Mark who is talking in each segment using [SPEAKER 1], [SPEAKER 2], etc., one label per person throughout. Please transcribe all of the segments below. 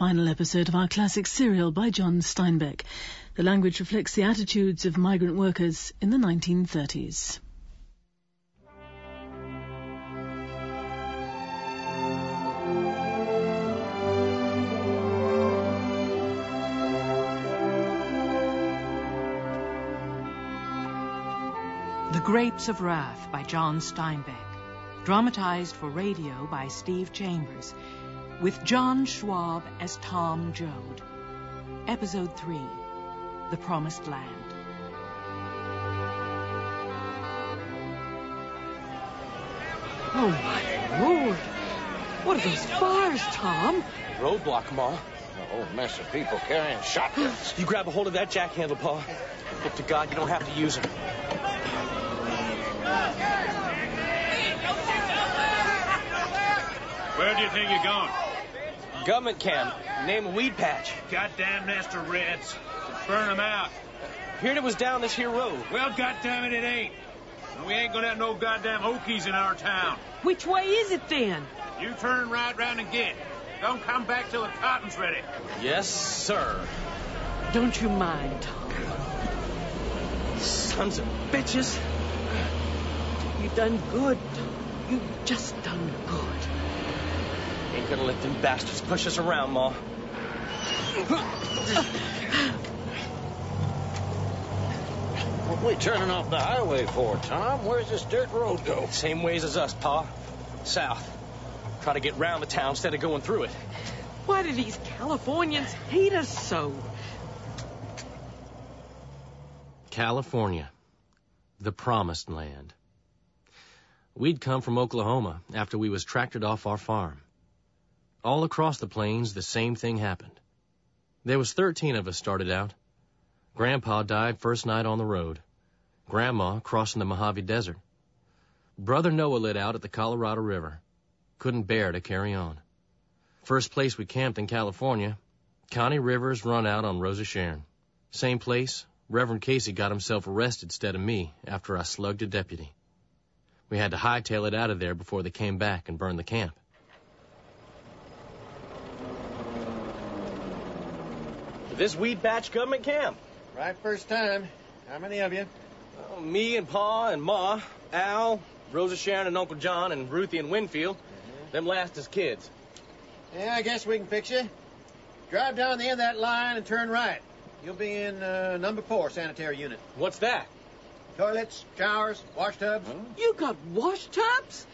[SPEAKER 1] Final episode of our classic serial by John Steinbeck. The language reflects the attitudes of migrant workers in the 1930s.
[SPEAKER 2] The Grapes of Wrath by John Steinbeck. Dramatized for radio by Steve Chambers. With John Schwab as Tom Joad. Episode 3 The Promised Land.
[SPEAKER 3] Oh, my lord. What are those fires, Tom?
[SPEAKER 4] Roadblock, Ma.
[SPEAKER 5] A whole mess of people carrying shotguns.
[SPEAKER 4] You grab a hold of that jack handle, Pa. Look to God, you don't have to use it.
[SPEAKER 6] Where do you think you're going?
[SPEAKER 4] Government camp. Name a weed patch.
[SPEAKER 6] Goddamn nest of reds. Burn 'em out.
[SPEAKER 4] Heard it was down this here road.
[SPEAKER 6] Well, goddamn it, it ain't. And we ain't gonna have no goddamn Okies in our town.
[SPEAKER 3] Which way is it then?
[SPEAKER 6] You turn right round again. Don't come back till the cotton's ready.
[SPEAKER 4] Yes, sir.
[SPEAKER 3] Don't you mind, Tom.
[SPEAKER 4] Sons of bitches.
[SPEAKER 3] You've done good, Tom. You've just done good.
[SPEAKER 4] Ain't gonna let them bastards push us around, Ma.
[SPEAKER 5] What we turning off the highway for, Tom? Where's this dirt road go?
[SPEAKER 4] Same ways as us, Pa. South. Try to get round the town instead of going through it.
[SPEAKER 3] Why do these Californians hate us so?
[SPEAKER 7] California, the promised land. We'd come from Oklahoma after we was tractored off our farm. All across the plains, the same thing happened. There was 13 of us started out. Grandpa died first night on the road. Grandma crossing the Mojave Desert. Brother Noah lit out at the Colorado River. Couldn't bear to carry on. First place we camped in California, Connie Rivers run out on Rosa Sharon. Same place, Reverend Casey got himself arrested instead of me after I slugged a deputy. We had to hightail it out of there before they came back and burned the camp.
[SPEAKER 4] This weed patch government camp.
[SPEAKER 5] Right first time. How many of you?
[SPEAKER 4] Well, me and Pa and Ma, Al, Rosa Sharon and Uncle John, and Ruthie and Winfield.
[SPEAKER 5] Mm-hmm.
[SPEAKER 4] Them last as kids.
[SPEAKER 5] Yeah, I guess we can fix you. Drive down the end of that line and turn right. You'll be in uh, number four sanitary unit.
[SPEAKER 4] What's that?
[SPEAKER 5] Toilets, showers, wash tubs.
[SPEAKER 3] You got wash tubs?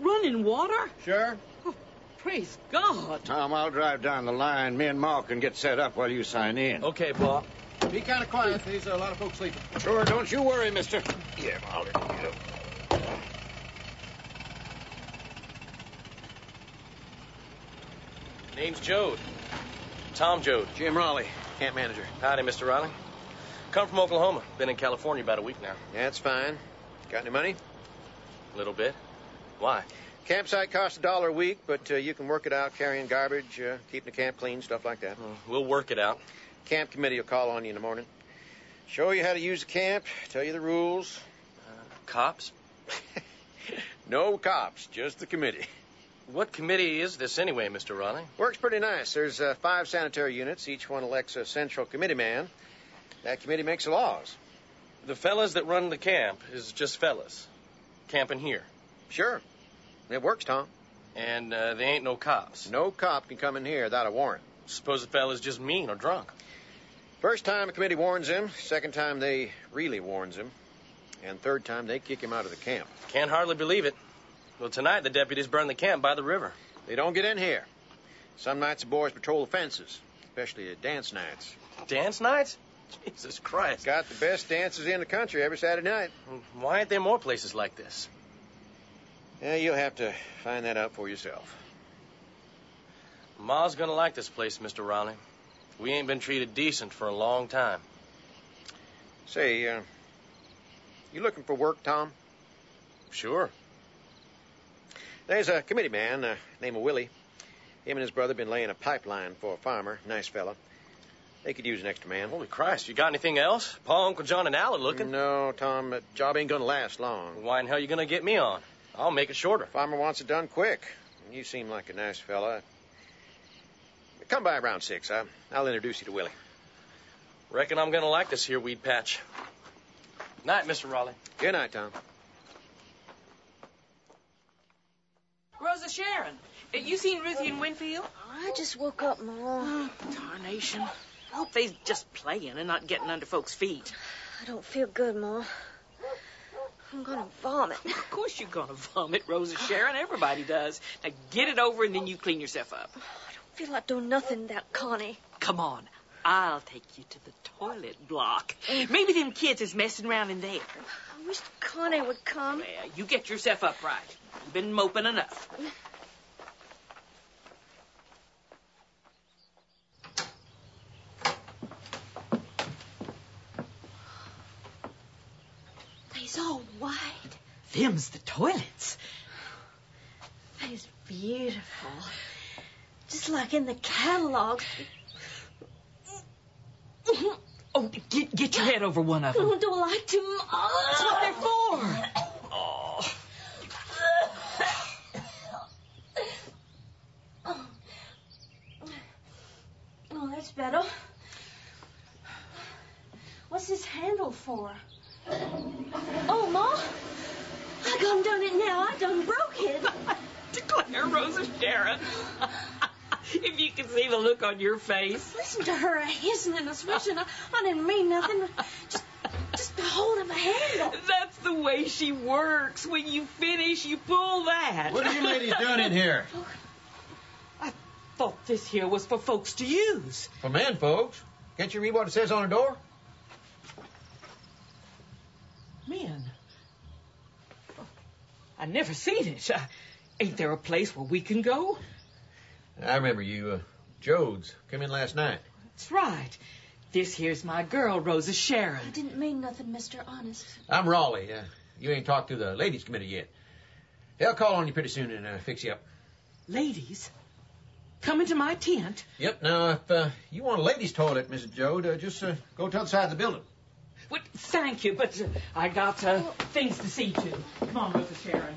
[SPEAKER 3] Running water?
[SPEAKER 5] Sure.
[SPEAKER 8] Oh,
[SPEAKER 3] Praise God.
[SPEAKER 5] Tom, I'll drive down the line. Me and Ma can get set up while you sign in.
[SPEAKER 4] Okay, Pa.
[SPEAKER 5] Be kind of quiet. There's a lot of folks sleeping. Sure, don't you worry, mister. Yeah, I'll let you know.
[SPEAKER 4] Name's Jode. Tom Jode.
[SPEAKER 5] Jim Raleigh, camp manager.
[SPEAKER 4] Howdy, Mr. Riley. Come from Oklahoma. Been in California about a week now.
[SPEAKER 5] Yeah, that's fine. Got any money?
[SPEAKER 4] A little bit. Why?
[SPEAKER 5] Campsite costs a dollar a week, but uh, you can work it out carrying garbage, uh, keeping the camp clean, stuff like that.
[SPEAKER 4] We'll work it out.
[SPEAKER 5] Camp committee will call on you in the morning. Show you how to use the camp, tell you the rules.
[SPEAKER 4] Cops?
[SPEAKER 5] No cops, just the committee.
[SPEAKER 4] What committee is this anyway, Mr. Riley?
[SPEAKER 5] Works pretty nice. There's uh, five sanitary units. Each one elects a central committee man. That committee makes the laws.
[SPEAKER 4] The fellas that run the camp is just fellas. Camping here.
[SPEAKER 5] Sure. It works, Tom.
[SPEAKER 4] And uh, they ain't no cops.
[SPEAKER 5] No cop can come in here without a warrant.
[SPEAKER 4] Suppose the fella's just mean or drunk.
[SPEAKER 5] First time a committee warns him, second time they really warns him, and third time they kick him out of the camp.
[SPEAKER 4] Can't hardly believe it. Well, tonight the deputies burned the camp by the river.
[SPEAKER 5] They don't get in here. Some nights the boys patrol the fences, especially at dance nights.
[SPEAKER 4] Dance nights? Jesus Christ.
[SPEAKER 5] Got the best dances in the country every Saturday night.
[SPEAKER 4] Why ain't there more places like this?
[SPEAKER 5] Yeah, you'll have to find that out for yourself.
[SPEAKER 4] Ma's gonna like this place, Mr. Riley. We ain't been treated decent for a long time.
[SPEAKER 5] Say, uh, you looking for work, Tom?
[SPEAKER 4] Sure.
[SPEAKER 5] There's a committee man uh, named Willie. Him and his brother been laying a pipeline for a farmer. Nice fella. They could use an extra man.
[SPEAKER 4] Holy Christ, you got anything else? Pa, Uncle John, and Al are looking.
[SPEAKER 5] No, Tom, that job ain't gonna last long.
[SPEAKER 4] Why in hell you gonna get me on? I'll make it shorter.
[SPEAKER 5] Farmer wants it done quick. And you seem like a nice fella. But come by around six. I, I'll introduce you to Willie.
[SPEAKER 4] Reckon I'm gonna like this here weed patch. Night, Mr. Raleigh.
[SPEAKER 5] Good night, Tom.
[SPEAKER 2] Rosa Sharon, uh, you seen Ruthie and Winfield?
[SPEAKER 8] I just oh, woke up, Mom.
[SPEAKER 2] Tarnation. I hope they's just playing and not getting under folks' feet.
[SPEAKER 8] I don't feel good, Mom. I'm gonna vomit.
[SPEAKER 2] Of course you're gonna vomit, Rosa Sharon. Everybody does. Now get it over and then you clean yourself up.
[SPEAKER 8] feel like doing nothing without Connie.
[SPEAKER 2] Come on. I'll take you to the toilet block. Maybe them kids is messing around in there.
[SPEAKER 8] I wish Connie would come.
[SPEAKER 2] Well, you get yourself upright. You've been moping enough.
[SPEAKER 8] They's all white.
[SPEAKER 2] Them's the toilets.
[SPEAKER 8] They's beautiful. Just like in the catalog.
[SPEAKER 2] Oh, get, get your head over one of them.
[SPEAKER 8] Don't do like too much.
[SPEAKER 2] Uh-huh. That's what they're for.
[SPEAKER 8] Oh, that's better. What's this handle for? Oh, Ma! I done done it now. I done broke it.
[SPEAKER 2] Declare Rosa Sharon. if you can see the look on your face.
[SPEAKER 8] Listen to her a hissing and a swishing. I, I didn't mean nothing. Just, just the hold of a handle.
[SPEAKER 2] That's the way she works. When you finish, you pull that.
[SPEAKER 6] What are you ladies doing in here?
[SPEAKER 2] Thought this here was for folks to use.
[SPEAKER 6] For men, folks. Can't you read what it says on the door?
[SPEAKER 2] Men. I never seen it. Uh, ain't there a place where we can go?
[SPEAKER 5] I remember you, uh, Jodes, came in last night.
[SPEAKER 2] That's right. This here's my girl, Rosa
[SPEAKER 8] I
[SPEAKER 2] Sharon.
[SPEAKER 8] didn't mean nothing, Mister. Honest.
[SPEAKER 5] I'm Raleigh. Uh, you ain't talked to the ladies' committee yet. They'll call on you pretty soon and uh, fix you up.
[SPEAKER 2] Ladies, come into my tent.
[SPEAKER 5] Yep. Now, if uh, you want a ladies' toilet, Mrs. Jode, uh, just uh, go to the other side of the building.
[SPEAKER 2] Well, thank you, but uh, I got uh, things to see to. Come on, Rosa Sharon.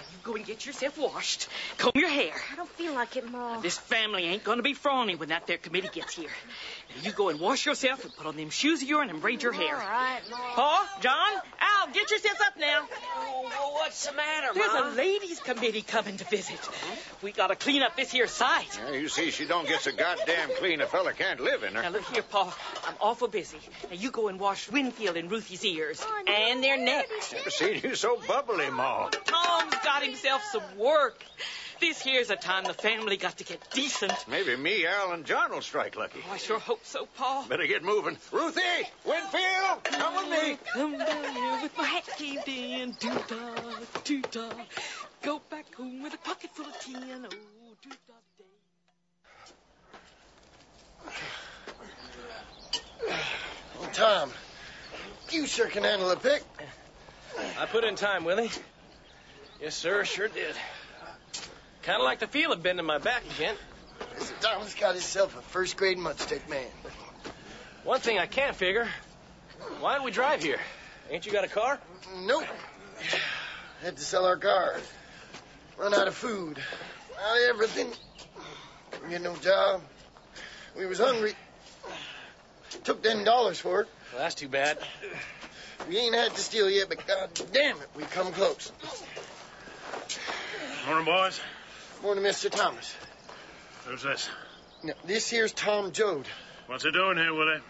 [SPEAKER 2] You go and get yourself washed. Comb your hair.
[SPEAKER 8] I don't feel like it, Ma.
[SPEAKER 2] This family ain't gonna be frawny when that there committee gets here. Now you go and wash yourself and put on them shoes of yours and braid your hair.
[SPEAKER 8] All right, Ma.
[SPEAKER 2] Pa, John, Al, get yourselves up now.
[SPEAKER 9] Oh, what's the matter,
[SPEAKER 2] There's
[SPEAKER 9] Ma?
[SPEAKER 2] a ladies' committee coming to visit. We gotta clean up this here site.
[SPEAKER 5] you see, she don't get so goddamn clean a fella can't live in
[SPEAKER 2] Now look here, Pa. I'm awful busy. Now you go and wash Winfield and Ruthie's ears
[SPEAKER 8] Oh, no,
[SPEAKER 2] and their
[SPEAKER 8] I
[SPEAKER 2] necks.
[SPEAKER 5] Never seen you so bubbly, Ma.
[SPEAKER 2] Tom's got himself some work. This here's a time the family got to get decent.
[SPEAKER 5] Maybe me, Al, and John will strike lucky.
[SPEAKER 2] Oh, I sure hope so, Pa.
[SPEAKER 5] Better get moving. Ruthie! Winfield! Come with me!
[SPEAKER 2] Come down here with my hat caved in. Doo-da, doo-da. Go back home with a pocket full of tin. Oh, doo-da day.
[SPEAKER 10] Well, Tom, you sure can handle a pick.
[SPEAKER 4] I put in time, Willie. Yes, sir, sure did. Kind of like the feel of bending my back again.
[SPEAKER 10] Listen, Tom's got himself a first grade mudstick man.
[SPEAKER 4] One thing I can't figure why do we drive here? Ain't you got a car?
[SPEAKER 10] Nope. Had to sell our cars. Run out of food. Out of everything. Couldn't get no job. We was hungry. Took ten dollars for it.
[SPEAKER 4] Well, that's too bad.
[SPEAKER 10] We ain't had to steal yet, but god damn it, we come close.
[SPEAKER 6] Morning, boys.
[SPEAKER 10] Morning, Mr. Thomas.
[SPEAKER 6] Who's this?
[SPEAKER 10] Now, this here's Tom Joad.
[SPEAKER 6] What's he doing here, Willie?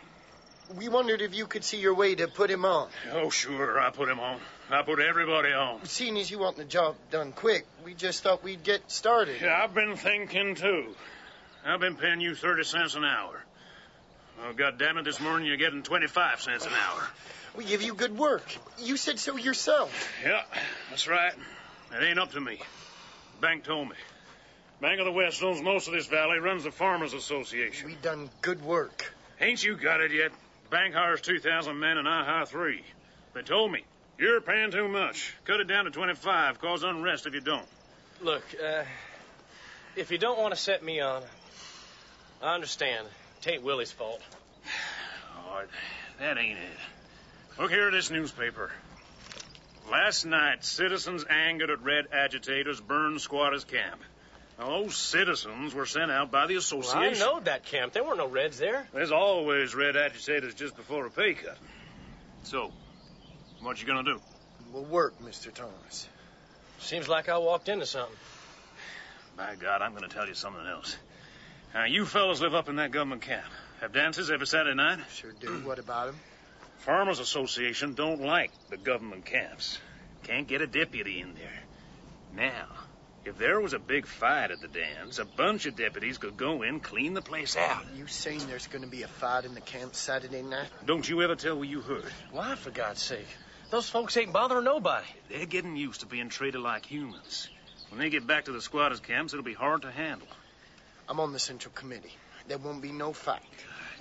[SPEAKER 10] We wondered if you could see your way to put him on.
[SPEAKER 6] Oh, sure. I put him on. I put everybody on.
[SPEAKER 10] Seeing as you want the job done quick, we just thought we'd get started.
[SPEAKER 6] Yeah, I've been thinking, too. I've been paying you 30 cents an hour. Well, goddamn it, this morning you're getting 25 cents an hour.
[SPEAKER 10] We give you good work. You said so yourself.
[SPEAKER 6] Yeah, that's right. It ain't up to me. Bank told me. Bank of the West owns most of this valley, runs the Farmers Association.
[SPEAKER 10] We done good work.
[SPEAKER 6] Ain't you got it yet? Bank hires 2,000 men and I hire three. They told me, you're paying too much. Cut it down to 25. Cause unrest if you don't.
[SPEAKER 4] Look, uh, if you don't want to set me on, I understand. It ain't Willie's fault.
[SPEAKER 6] Oh, that ain't it. Look here at this newspaper. Last night, citizens angered at red agitators burned squatters' camp. Now, those citizens were sent out by the
[SPEAKER 4] Well, I
[SPEAKER 6] association.
[SPEAKER 4] know that camp. There were no Reds there.
[SPEAKER 6] There's always red agitators just before a pay cut. So, what you gonna do?
[SPEAKER 10] We'll work, Mr. Thomas.
[SPEAKER 4] Seems like I walked into something.
[SPEAKER 6] By God, I'm gonna tell you something else. Now, you fellas live up in that government camp. Have dances every Saturday night?
[SPEAKER 10] Sure do. what about him?
[SPEAKER 6] Farmers Association don't like the government camps. Can't get a deputy in there. Now, if there was a big fight at the dams, a bunch of deputies could go in, clean the place out.
[SPEAKER 10] You saying there's going to be a fight in the camp Saturday night?
[SPEAKER 6] Don't you ever tell what you heard.
[SPEAKER 4] Why, for God's sake? Those folks ain't bothering nobody.
[SPEAKER 6] They're getting used to being treated like humans. When they get back to the squatters' camps, it'll be hard to handle.
[SPEAKER 10] I'm on the central committee. There won't be no fight.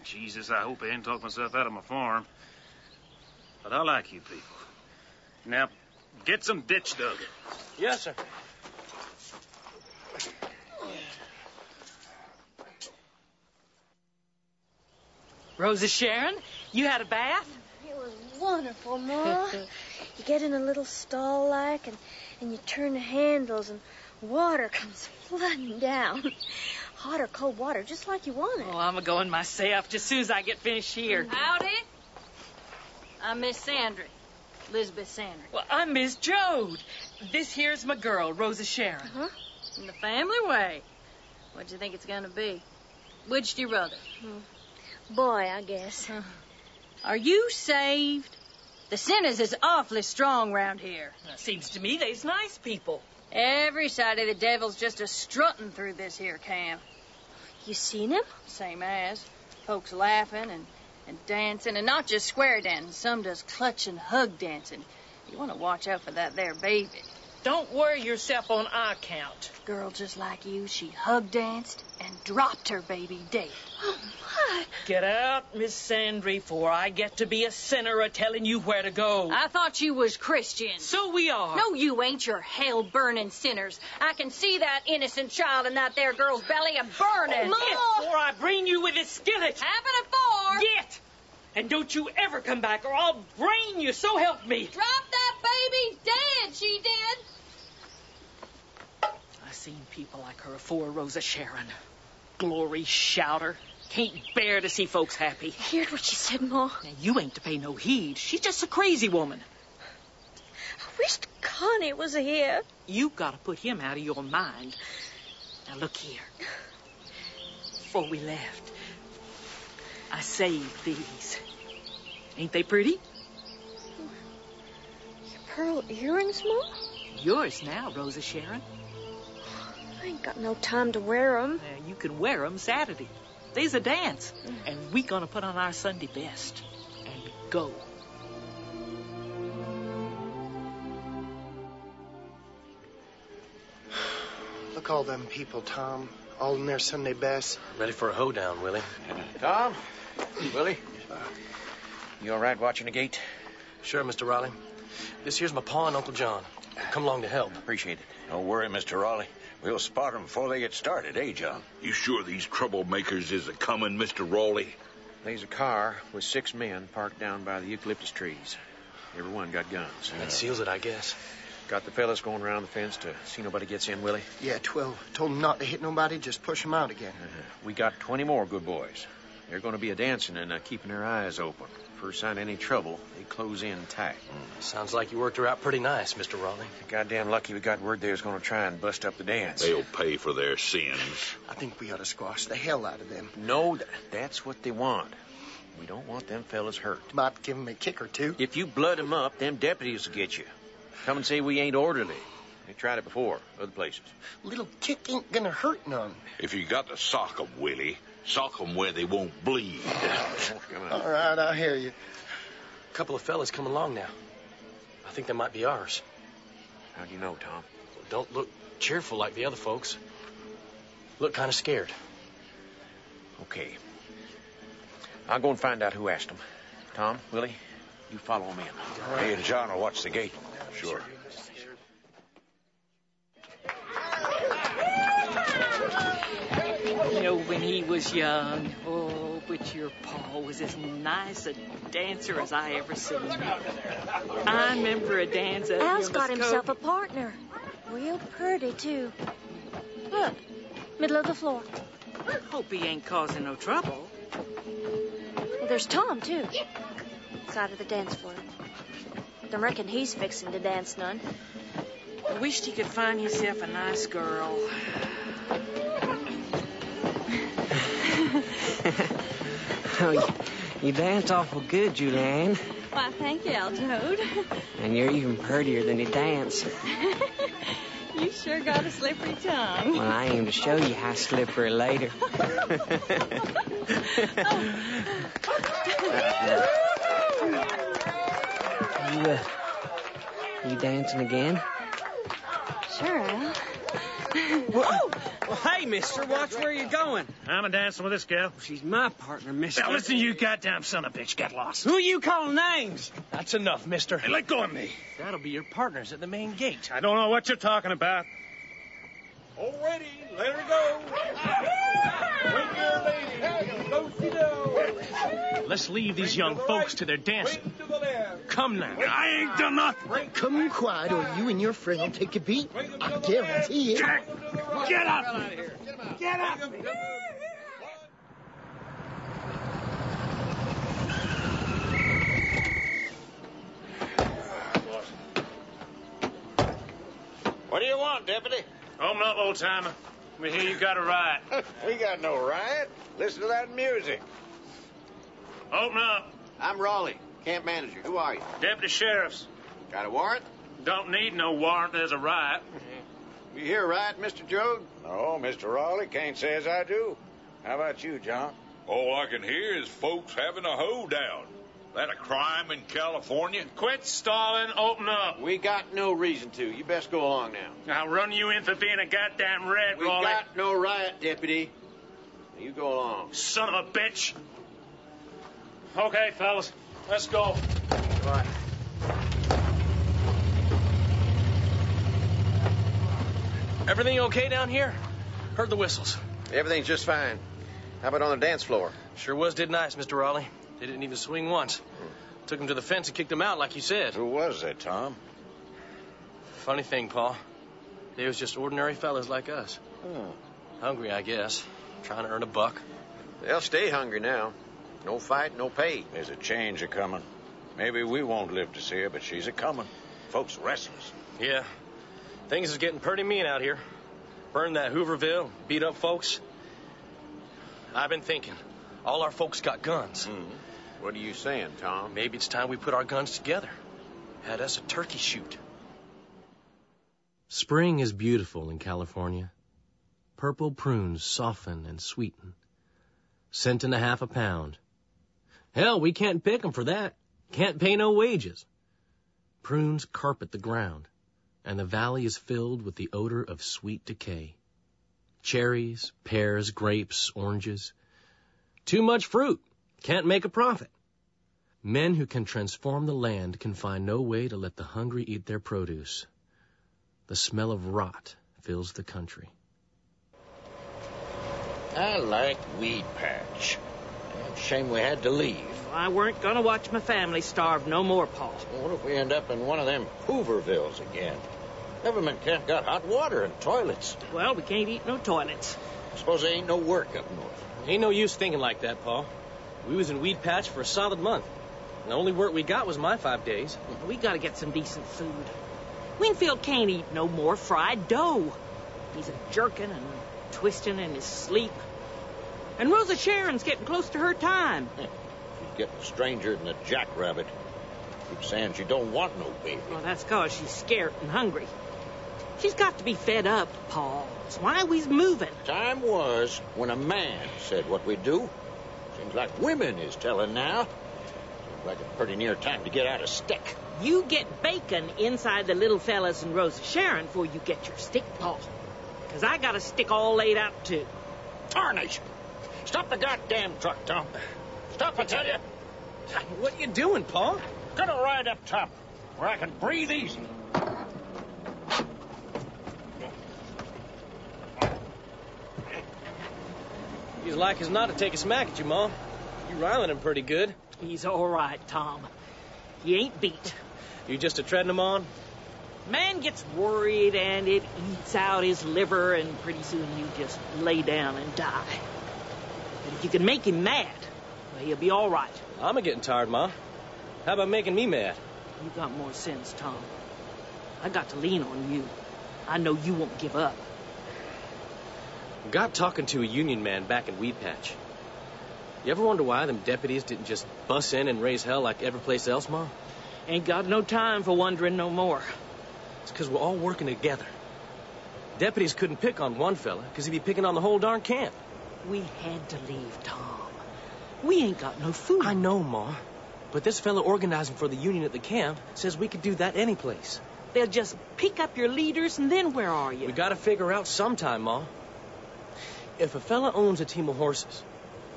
[SPEAKER 6] Jesus, I hope I ain't talked myself out of my farm. But I like you people. Now, get some ditch dug.
[SPEAKER 4] Yes, sir.
[SPEAKER 2] Rosa Sharon, you had a bath?
[SPEAKER 8] It was wonderful, Ma. you get in a little stall like, and, and you turn the handles, and water comes flooding down. Hot or cold water, just like you want it.
[SPEAKER 2] Oh, I'm a going myself just soon as I get finished here.
[SPEAKER 8] Uh-huh.
[SPEAKER 11] Howdy. I'm Miss Sandry. Elizabeth Sandry.
[SPEAKER 2] Well, I'm Miss Joad. This here's my girl, Rosa Sharon.
[SPEAKER 11] Uh-huh. In the family way. What'd you think it's gonna be? Which do you rather?
[SPEAKER 8] Hmm.
[SPEAKER 11] Uh-huh.
[SPEAKER 8] Boy, I guess.
[SPEAKER 11] Are you saved? The sinners is awfully strong round here.
[SPEAKER 2] Seems to me they's nice people.
[SPEAKER 11] Every side of the devil's just a strutting through this here camp.
[SPEAKER 8] You seen him?
[SPEAKER 11] Same as. Folks laughing and, and dancing, and not just square dancing. Some does clutch and hug dancing. You want to watch out for that there baby.
[SPEAKER 2] Don't worry yourself on our count.
[SPEAKER 11] Girl just like you, she hug danced and dropped her baby dead.
[SPEAKER 2] Get out, Miss Sandry, for I get to be a sinner a telling you where to go.
[SPEAKER 11] I thought you was Christian.
[SPEAKER 2] So we are.
[SPEAKER 11] No, you ain't. You're hell burning sinners. I can see that innocent child in that there girl's belly a burning.
[SPEAKER 2] Get, or I bring you with a skillet.
[SPEAKER 11] Having a four.
[SPEAKER 2] Get! And don't you ever come back, or I'll brain you, so help me.
[SPEAKER 11] Drop that baby dead, she did.
[SPEAKER 2] I've seen people like her afore, Rosa Sharon. Glory shouter. Can't bear to see folks happy.
[SPEAKER 8] I heard what you said, Ma.
[SPEAKER 2] Now, you ain't to pay no heed. She's just a crazy woman.
[SPEAKER 8] I wished Connie was here.
[SPEAKER 2] You gotta put him out of your mind. Now, look here. Before we left, I saved these. Ain't they pretty?
[SPEAKER 8] Your pearl earrings, Ma?
[SPEAKER 2] Yours now, Rosa Sharon.
[SPEAKER 8] I ain't got no time to wear 'em.
[SPEAKER 2] Now, you can wear 'em Saturday. They's a dance,
[SPEAKER 8] Mm.
[SPEAKER 2] and we gonna put on our Sunday best and go.
[SPEAKER 10] Look all them people, Tom. All in their Sunday best.
[SPEAKER 4] Ready for a hoedown, Willie.
[SPEAKER 5] Tom? Willie? You all right watching the gate?
[SPEAKER 4] Sure, Mr. Riley. This here's my pa and Uncle John. Come along to help.
[SPEAKER 5] Appreciate it.
[SPEAKER 12] Don't worry, Mr. Raleigh. We'll spot 'em before they get started, eh, John? You sure these troublemakers is a comin', Mr. Raleigh?
[SPEAKER 5] There's a car with six men parked down by the eucalyptus trees. Everyone got guns.
[SPEAKER 4] That seals it, I guess.
[SPEAKER 5] Got the fellas going around the fence to see nobody gets in, Willie.
[SPEAKER 10] Yeah, 12. Told them not to hit nobody, just push 'em out again.
[SPEAKER 5] We got 20 more good boys. They're going to be a dancing and uh, keeping their eyes open. First sign of any trouble, they close in tight.
[SPEAKER 4] Mm. Sounds like you worked her out pretty nice, Mr. Raleigh.
[SPEAKER 5] Goddamn lucky we got word they was going to try and bust up the dance.
[SPEAKER 12] They'll pay for their sins.
[SPEAKER 10] I think we ought to squash the hell out of them.
[SPEAKER 5] No, th- that's what they want. We don't want them fellas hurt.
[SPEAKER 10] Might give 'em a kick or two.
[SPEAKER 5] If you blood 'em up, them deputies will get you. Come and say we ain't orderly. They tried it before, other places.
[SPEAKER 10] Little kick ain't gonna hurt none.
[SPEAKER 12] If you got to sock 'em, Willie, sock 'em where they won't bleed.
[SPEAKER 5] Come on.
[SPEAKER 10] All right, I hear you.
[SPEAKER 4] A couple of fellas come along now. I think they might be ours.
[SPEAKER 5] How do you know, Tom?
[SPEAKER 4] Don't look cheerful like the other folks. Look kind of scared.
[SPEAKER 5] Okay. I'll go and find out who asked 'em. Tom, Willie, you follow 'em in.
[SPEAKER 12] Me and John will watch the gate. Sure.
[SPEAKER 2] You know, when he was young, oh,
[SPEAKER 13] But your pa was as nice a dancer as I ever seen. I remember a dance up
[SPEAKER 8] Al's
[SPEAKER 13] in
[SPEAKER 8] got himself
[SPEAKER 13] Muskogee.
[SPEAKER 8] a partner. Real pretty, too. Look, middle of the floor.
[SPEAKER 13] Hope he ain't causing no trouble.
[SPEAKER 8] Well, there's Tom, too. Side of the dance floor. Don't reckon he's fixing to dance none.
[SPEAKER 13] Wished he could find himself a nice girl.
[SPEAKER 9] Oh, you, you dance awful good, Julianne.
[SPEAKER 11] Why, thank you, Al Jode.
[SPEAKER 9] And you're even prettier than you dance.
[SPEAKER 11] you sure got a slippery tongue.
[SPEAKER 9] Well, I aim to show you how slippery later. you, uh, you dancing again?
[SPEAKER 11] Sure, Al.
[SPEAKER 14] Whoa! Well, hey, mister, watch where you're going.
[SPEAKER 6] I'm a dancing with this gal.
[SPEAKER 14] She's my partner, mister.
[SPEAKER 6] Now listen, you goddamn son of a bitch, get lost.
[SPEAKER 14] Who you call names?
[SPEAKER 4] That's enough, mister.
[SPEAKER 6] Hey, let go of me.
[SPEAKER 4] That'll be your partners at the main gate.
[SPEAKER 6] I don't know what you're talking about.
[SPEAKER 15] Already, let her go. Bring your lady. Go see
[SPEAKER 4] Let's leave these young folks to their dancing. Come now.
[SPEAKER 10] I ain't done nothing. Come quiet, or you and your friend will take a beat. I guarantee it.
[SPEAKER 15] Jack,
[SPEAKER 10] get
[SPEAKER 15] up.
[SPEAKER 10] Get up!
[SPEAKER 6] What do you want, deputy? Open up, old timer. We hear you got a riot.
[SPEAKER 5] we got no riot. Listen to that music.
[SPEAKER 4] Oh,
[SPEAKER 6] Open up.
[SPEAKER 5] I'm Raleigh, camp manager. Who are you?
[SPEAKER 6] Deputy sheriffs.
[SPEAKER 5] Got a warrant?
[SPEAKER 6] Don't need no warrant. There's a riot.
[SPEAKER 5] You hear right, Mr. Joad? No, Mr. Raleigh. Can't say as I do. How about you, John?
[SPEAKER 16] All I can hear is folks having a hoedown. That a crime in California?
[SPEAKER 6] Quit stalling. Open up.
[SPEAKER 5] We got no reason to. You best go along now.
[SPEAKER 6] I'll run you in for being a goddamn red,
[SPEAKER 5] We
[SPEAKER 6] Raleigh.
[SPEAKER 5] got no riot, deputy. Now you go along.
[SPEAKER 6] Son of a bitch. Okay, fellas. Let's go.
[SPEAKER 5] Right.
[SPEAKER 4] Everything okay down here? Heard the whistles.
[SPEAKER 5] Everything's just fine. How about on the dance floor?
[SPEAKER 4] Sure was did nice, Mr. Raleigh. They didn't even swing once. Took him to the fence and kicked him out, like you said.
[SPEAKER 5] Who was that, Tom?
[SPEAKER 4] Funny thing, Paul. They was just ordinary fellas like us.
[SPEAKER 5] Hmm.
[SPEAKER 4] Hungry, I guess. Trying to earn a buck.
[SPEAKER 5] They'll stay hungry now. No fight, no pay.
[SPEAKER 16] There's a change a coming. Maybe we won't live to see her, but she's a coming. Folks restless.
[SPEAKER 4] Yeah. Things is getting pretty mean out here. Burned that Hooverville, beat up folks. I've been thinking. All our folks got guns.
[SPEAKER 5] Mm-hmm. What are you saying, Tom?
[SPEAKER 4] Maybe it's time we put our guns together. Had us a turkey shoot. Spring is beautiful in California. Purple prunes soften and sweeten. Cent and a half a pound. Hell, we can't pick 'em for that. Can't pay no wages. Prunes carpet the ground, and the valley is filled with the odor of sweet decay. Cherries, pears, grapes, oranges. Too much fruit. Can't make a profit. Men who can transform the land can find no way to let the hungry eat their produce. The smell of rot fills the country.
[SPEAKER 17] I like Weed Patch. Damn shame we had to leave.
[SPEAKER 2] I weren't gonna watch my family starve no more, Paul.
[SPEAKER 17] What if we end up in one of them Hoovervilles again? Government camp got hot water and toilets.
[SPEAKER 2] Well, we can't eat no toilets.
[SPEAKER 17] Suppose there ain't no work up north.
[SPEAKER 4] Ain't no use thinking like that, Paul. We was in Weed Patch for a solid month. And the only work we got was my five days.
[SPEAKER 2] We gotta get some decent food. Winfield can't eat no more fried dough. He's a jerking and twisting in his sleep. And Rosa Sharon's getting close to her time.
[SPEAKER 17] She's getting stranger than a jackrabbit. Keep saying she don't want no baby.
[SPEAKER 2] Well, that's 'cause she's scared and hungry. She's got to be fed up, Paul. That's why we's moving.
[SPEAKER 17] Time was when a man said what we do. Seems like women is telling now. Seems like a pretty near time to get out of stick.
[SPEAKER 2] You get bacon inside the little fellas and Rosa Sharon before you get your stick, Paul. 'Cause I got a stick all laid out, too.
[SPEAKER 17] Tarnation! Stop the goddamn truck, Tom. Stop, I tell you.
[SPEAKER 4] What you doing, Paul?
[SPEAKER 17] Gonna ride up top where I can breathe easy.
[SPEAKER 4] He's like as not to take a smack at you, Mom. You're riling him pretty good.
[SPEAKER 2] He's all right, Tom. He ain't beat.
[SPEAKER 4] You just a treading him on?
[SPEAKER 2] Man gets worried and it eats out his liver, and pretty soon you just lay down and die. But if you can make him mad, well, he'll be all right.
[SPEAKER 4] I'm a getting tired, Ma. How about making me mad?
[SPEAKER 2] You got more sense, Tom. I got to lean on you. I know you won't give up.
[SPEAKER 4] Got talking to a union man back in Weed Patch. You ever wonder why them deputies didn't just bus in and raise hell like every place else, Ma?
[SPEAKER 2] Ain't got no time for wondering no more.
[SPEAKER 4] It's 'cause we're all working together. Deputies couldn't pick on one fella 'cause he'd be picking on the whole darn camp.
[SPEAKER 2] We had to leave, Tom. We ain't got no food.
[SPEAKER 4] I know, Ma. But this fella organizing for the union at the camp says we could do that any place.
[SPEAKER 2] They'll just pick up your leaders, and then where are you?
[SPEAKER 4] We gotta figure out sometime, Ma. If a fella owns a team of horses,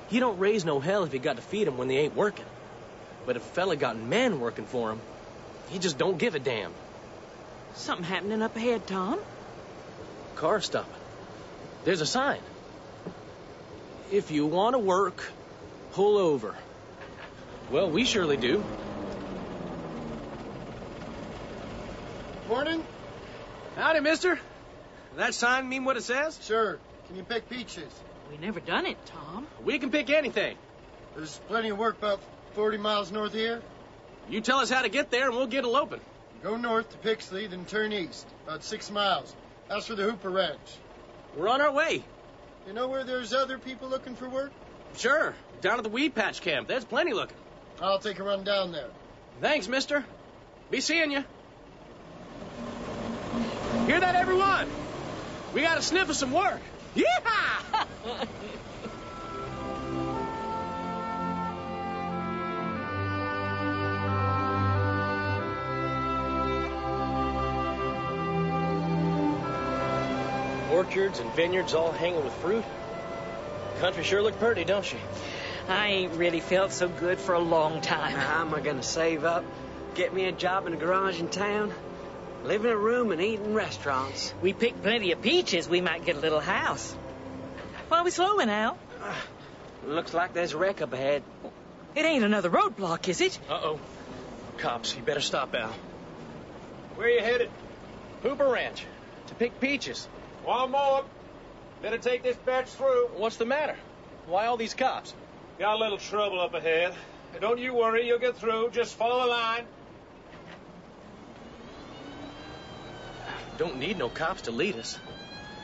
[SPEAKER 4] he don't raise no hell if he got to feed 'em when they ain't working. But if a fella got men working for him, he just don't give a damn.
[SPEAKER 2] Something happening up ahead, Tom.
[SPEAKER 4] Car stopping. There's a sign. If you want to work, pull over. Well, we surely do.
[SPEAKER 10] Morning?
[SPEAKER 4] Howdy, mister. That sign mean what it says?
[SPEAKER 10] Sure. Can you pick peaches?
[SPEAKER 2] We never done it, Tom.
[SPEAKER 4] We can pick anything.
[SPEAKER 10] There's plenty of work about 40 miles north of here.
[SPEAKER 4] You tell us how to get there and we'll get eloping.
[SPEAKER 10] Go north to Pixley, then turn east, about six miles. That's for the Hooper Ranch.
[SPEAKER 4] We're on our way.
[SPEAKER 10] You know where there's other people looking for work?
[SPEAKER 4] Sure. Down at the Weed Patch camp. There's plenty looking.
[SPEAKER 10] I'll take a run down there.
[SPEAKER 4] Thanks, mister. Be seeing you. Hear that, everyone? We got a sniff of some work. Yeah! Orchards and vineyards all hanging with fruit. Country sure look pretty, don't she?
[SPEAKER 2] I ain't really felt so good for a long time.
[SPEAKER 9] How am I going to save up? Get me a job in a garage in town? Live in a room and eat in restaurants?
[SPEAKER 2] We pick plenty of peaches, we might get a little house. Why are we slowing now?
[SPEAKER 4] Uh,
[SPEAKER 9] Looks like there's a wreck up ahead.
[SPEAKER 2] It ain't another roadblock, is it?
[SPEAKER 4] Uh oh. Cops, you better stop Al.
[SPEAKER 5] Where you headed?
[SPEAKER 4] Hooper Ranch to pick peaches.
[SPEAKER 5] One more. Better take this batch through.
[SPEAKER 4] What's the matter? Why all these cops?
[SPEAKER 5] Got a little trouble up ahead. Don't you worry, you'll get through. Just follow the line.
[SPEAKER 4] Don't need no cops to lead us.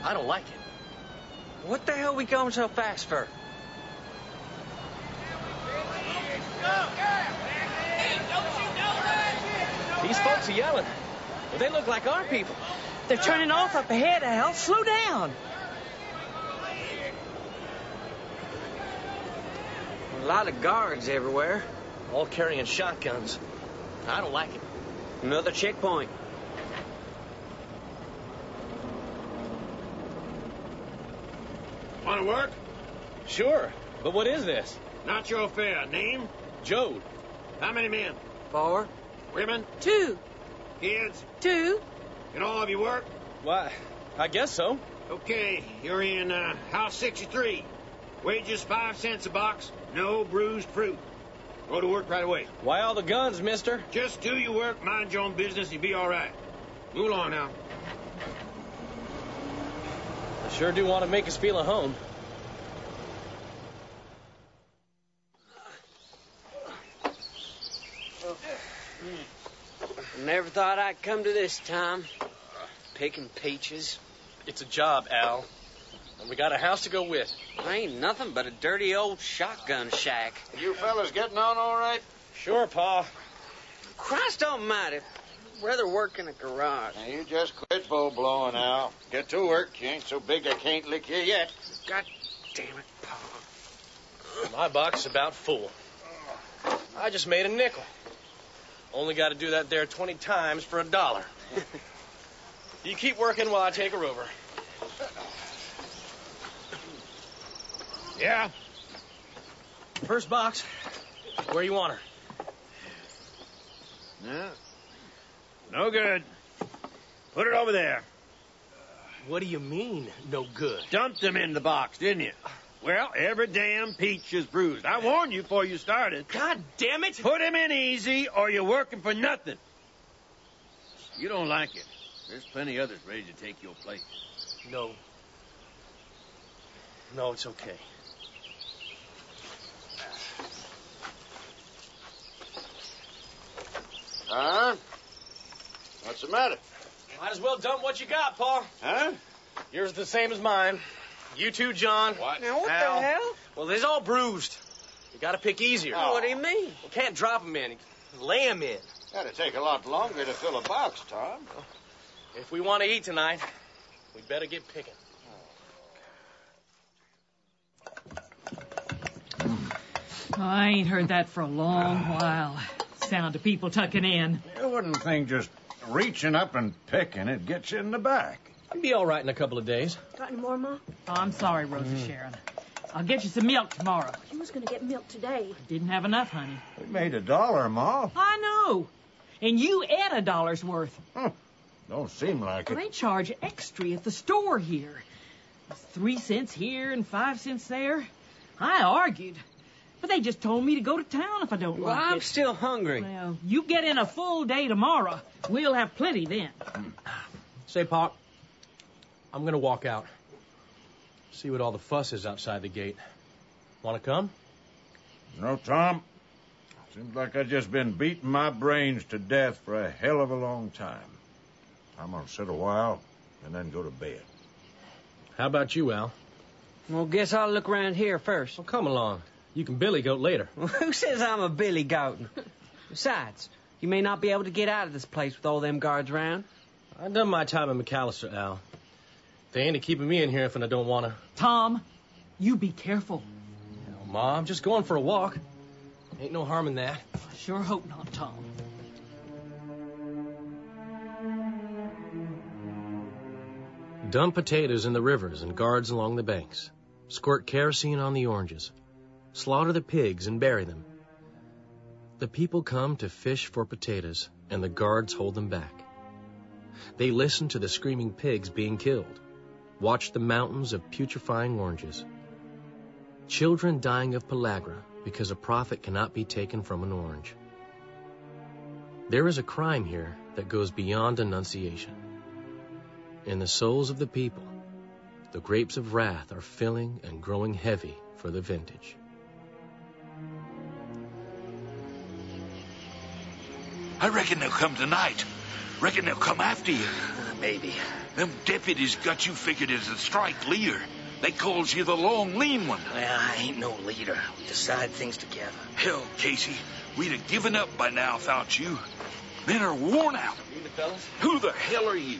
[SPEAKER 4] I don't like it.
[SPEAKER 9] What the hell we going so fast for?
[SPEAKER 4] These folks are yelling. Well, they look like our people.
[SPEAKER 2] They're turning off up ahead, Al. Slow down.
[SPEAKER 9] A lot of guards everywhere.
[SPEAKER 4] All carrying shotguns. I don't like it.
[SPEAKER 9] Another checkpoint.
[SPEAKER 5] Want to work?
[SPEAKER 4] Sure. But what is this?
[SPEAKER 5] Not your affair. Name?
[SPEAKER 4] Jode.
[SPEAKER 5] How many men?
[SPEAKER 9] Four.
[SPEAKER 5] Women?
[SPEAKER 6] Two.
[SPEAKER 5] Kids?
[SPEAKER 6] Two.
[SPEAKER 5] And all of you work?
[SPEAKER 4] Why, I guess so.
[SPEAKER 5] Okay, you're in uh, house 63. Wages five cents a box, no bruised fruit. Go to work right away.
[SPEAKER 4] Why all the guns, mister?
[SPEAKER 5] Just do your work, mind your own business, you'll be all right. Move along now.
[SPEAKER 4] I sure do want to make us feel at home.
[SPEAKER 9] Never thought I'd come to this, Tom. Picking peaches.
[SPEAKER 4] It's a job, Al. And we got a house to go with.
[SPEAKER 9] I ain't nothing but a dirty old shotgun shack.
[SPEAKER 10] You fellas getting on all right?
[SPEAKER 4] Sure, Pa.
[SPEAKER 9] Christ almighty. I'd rather work in a garage.
[SPEAKER 17] Now, you just quit bull blowing Al. Get to work. You ain't so big I can't lick you yet.
[SPEAKER 9] God damn it, Pa.
[SPEAKER 4] My box is about full. I just made a nickel. Only got to do that there 20 times for a dollar. you keep working while I take her over.
[SPEAKER 5] Yeah?
[SPEAKER 4] First box. Where you want her?
[SPEAKER 17] No.
[SPEAKER 5] No good. Put it over there.
[SPEAKER 4] What do you mean, no good?
[SPEAKER 5] Dumped them in the box, didn't you?
[SPEAKER 6] Well, every damn peach is bruised. I warned you before you started. God damn it! Put him in easy, or you're working for nothing. You don't like it. There's plenty others ready to take your place.
[SPEAKER 16] No. No, it's okay.
[SPEAKER 18] Huh? What's the matter?
[SPEAKER 16] Might as well dump what you got, Paul.
[SPEAKER 18] Huh?
[SPEAKER 16] Yours is the same as mine. You too, John. What?
[SPEAKER 9] Now, what the hell?
[SPEAKER 16] Well, they's all bruised. You gotta pick easier.
[SPEAKER 9] What do you mean?
[SPEAKER 16] You can't drop 'em in. Lay 'em in.
[SPEAKER 18] That'd take a lot longer to fill a box, Tom.
[SPEAKER 16] If we want to eat tonight, we'd better get picking.
[SPEAKER 2] Oh, I ain't heard that for a long
[SPEAKER 4] Ah.
[SPEAKER 2] while. Sound of people tucking in.
[SPEAKER 17] You wouldn't think just reaching up and picking it gets you in the back.
[SPEAKER 4] I'll be all right in a couple of days.
[SPEAKER 19] Got any more, Ma?
[SPEAKER 2] Oh, I'm sorry, Rosa
[SPEAKER 17] Mm-hmm.
[SPEAKER 2] Sharon. I'll get you some milk tomorrow.
[SPEAKER 19] You was going to get milk today.
[SPEAKER 2] Didn't have enough, honey.
[SPEAKER 17] We made a dollar, Ma.
[SPEAKER 2] I know. And you ate a dollar's worth.
[SPEAKER 17] Hmm. Don't seem like it.
[SPEAKER 2] They charge extra at the store here. It's Three cents here and five cents there. I argued. But they just told me to go to town if I don't
[SPEAKER 9] Well,
[SPEAKER 2] like
[SPEAKER 9] I'm
[SPEAKER 2] it.
[SPEAKER 9] still hungry.
[SPEAKER 2] Well, you get in a full day tomorrow. We'll have plenty then.
[SPEAKER 4] Say, Pop, I'm gonna walk out. See what all the fuss is outside the gate. Wanna come?
[SPEAKER 17] No, Tom. Seems like I've just been beating my brains to death for a hell of a long time. I'm gonna sit a while and then go to bed.
[SPEAKER 4] How about you, Al?
[SPEAKER 9] Well, guess I'll look around here first.
[SPEAKER 4] Well, come along. You can billy goat later.
[SPEAKER 9] Who says I'm a billy goat? Besides, you may not be able to get out of this place with all them guards around.
[SPEAKER 4] I've done my time in McAllister, Al. They ain't a keeping me in here if I don't wanna.
[SPEAKER 2] Tom, you be careful.
[SPEAKER 4] Oh, Ma, I'm just going for a walk. Ain't no harm in that.
[SPEAKER 2] I sure hope not, Tom.
[SPEAKER 4] Dump potatoes in the rivers and guards along the banks. Squirt kerosene on the oranges. Slaughter the pigs and bury them. The people come to fish for potatoes, and the guards hold them back. They listen to the screaming pigs being killed, watch the mountains of putrefying oranges. Children dying of pellagra because a profit cannot be taken from an orange. There is a crime here that goes beyond enunciation. In the souls of the people, the grapes of wrath are filling and growing heavy for the vintage.
[SPEAKER 15] I reckon they'll come tonight. Reckon they'll come after you. Maybe. Them deputies got you figured as a strike leader. They calls you the long lean one.
[SPEAKER 20] Well, I ain't no leader. We decide things together.
[SPEAKER 15] Hell, Casey, we'd have given up by now without you. Men are worn out.
[SPEAKER 16] You the fellas?
[SPEAKER 15] Who the hell are you?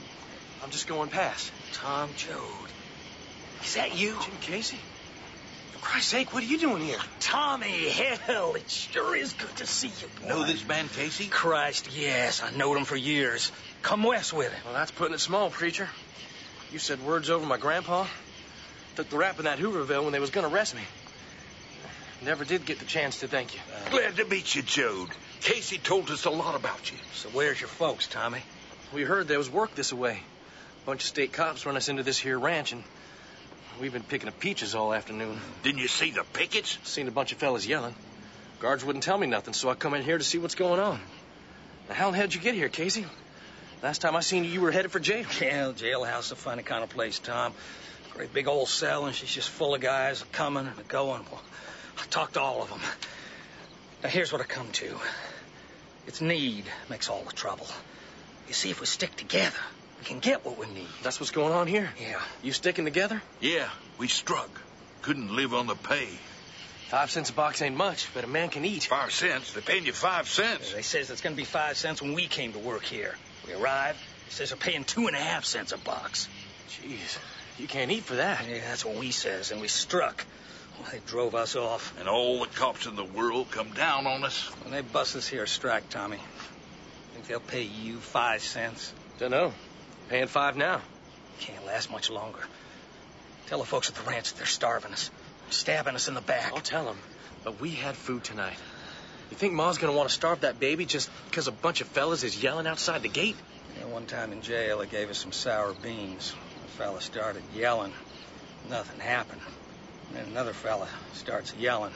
[SPEAKER 16] I'm just going past.
[SPEAKER 20] Tom Joad. Is that you?
[SPEAKER 16] Jim Casey? For Christ's sake, what are you doing here?
[SPEAKER 20] Tommy, hell, it sure is good to see you, boy.
[SPEAKER 16] Know
[SPEAKER 15] this man, Casey?
[SPEAKER 20] Christ, yes. I knowed him for years. Come west with him.
[SPEAKER 16] Well, that's putting it small, preacher. You said words over my grandpa. Took the rap in that Hooverville when they was gonna arrest me. Never did get the chance to thank you.
[SPEAKER 15] Glad to meet you, Jode. Casey told us a lot about you.
[SPEAKER 20] So where's your folks, Tommy?
[SPEAKER 16] We heard there was work this way. Bunch of state cops run us into this here ranch, and we've been picking up peaches all afternoon.
[SPEAKER 15] Didn't you see the pickets?
[SPEAKER 16] Seen a bunch of fellas yelling. Guards wouldn't tell me nothing, so I come in here to see what's going on. Now, how in the hell'd you get here, Casey? Last time I seen you, you were headed for jail.
[SPEAKER 20] Yeah, jailhouse a funny kind of place, Tom. Great big old cell, and she's just full of guys coming and going. Well, I talked to all of them. Now, here's what I come to. It's need makes all the trouble. You see, if we stick together, we can get what we need.
[SPEAKER 16] That's what's going on here?
[SPEAKER 20] Yeah.
[SPEAKER 16] You sticking together?
[SPEAKER 15] Yeah, we struck. Couldn't live on the pay.
[SPEAKER 16] Five cents a box ain't much, but a man can eat.
[SPEAKER 15] Five cents? They're paying you five cents.
[SPEAKER 20] They says it's going to be five cents when we came to work here. We arrived. They says they're paying two and a half cents a box.
[SPEAKER 16] Jeez, you can't eat for that.
[SPEAKER 20] Yeah, that's what we says, and we struck. Well, they drove us off.
[SPEAKER 15] And all the cops in the world come down on us.
[SPEAKER 20] When they bust us here, strike, Tommy. Think they'll pay you five cents?
[SPEAKER 16] Dunno. Paying five now.
[SPEAKER 20] Can't last much longer. Tell the folks at the ranch that they're starving us, stabbing us in the back.
[SPEAKER 16] I'll tell 'em. But we had food tonight. You think Ma's gonna want to starve that baby just 'cause a bunch of fellas is yelling outside the gate?
[SPEAKER 20] Yeah, one time in jail, they gave us some sour beans. The fella started yelling. Nothing happened. Then another fella starts yelling.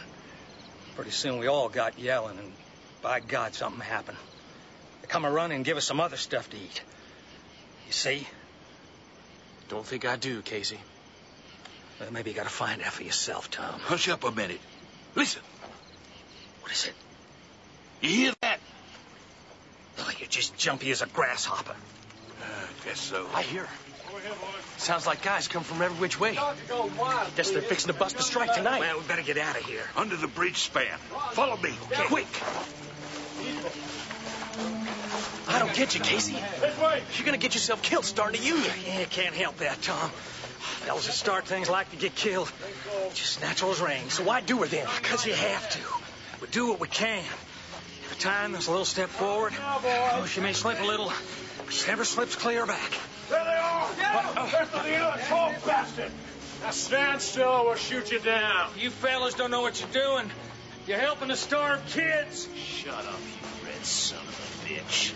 [SPEAKER 20] Pretty soon we all got yelling, and by God, something happened. They come a running and give us some other stuff to eat. You see?
[SPEAKER 21] Don't think I do, Casey.
[SPEAKER 20] Well, maybe you gotta find out for yourself, Tom.
[SPEAKER 22] Hush up a minute. Listen.
[SPEAKER 20] What is it?
[SPEAKER 22] You hear that?
[SPEAKER 20] Oh, you're just jumpy as a grasshopper.
[SPEAKER 22] I guess so.
[SPEAKER 21] I hear. Sounds like guys come from every which way. Guess they're fixing to bust a strike tonight.
[SPEAKER 20] Well, we better get out of here.
[SPEAKER 22] Under the bridge span. Follow me.
[SPEAKER 21] Quick! I don't get you, Casey. You're gonna get yourself killed starting a union.
[SPEAKER 20] Yeah, can't help that, Tom. Fellas that start things like to get killed. Just natural as rain.
[SPEAKER 21] So why do her then?
[SPEAKER 20] Because you have to. We do what we can. Every time there's a little step forward, oh, she may slip a little, but she never slips clear back.
[SPEAKER 15] There they are! There's the leader, tall bastard! Now stand still or we'll shoot you down.
[SPEAKER 20] You fellas don't know what you're doing. You're helping to starve kids.
[SPEAKER 6] Shut up, you red son of a bitch.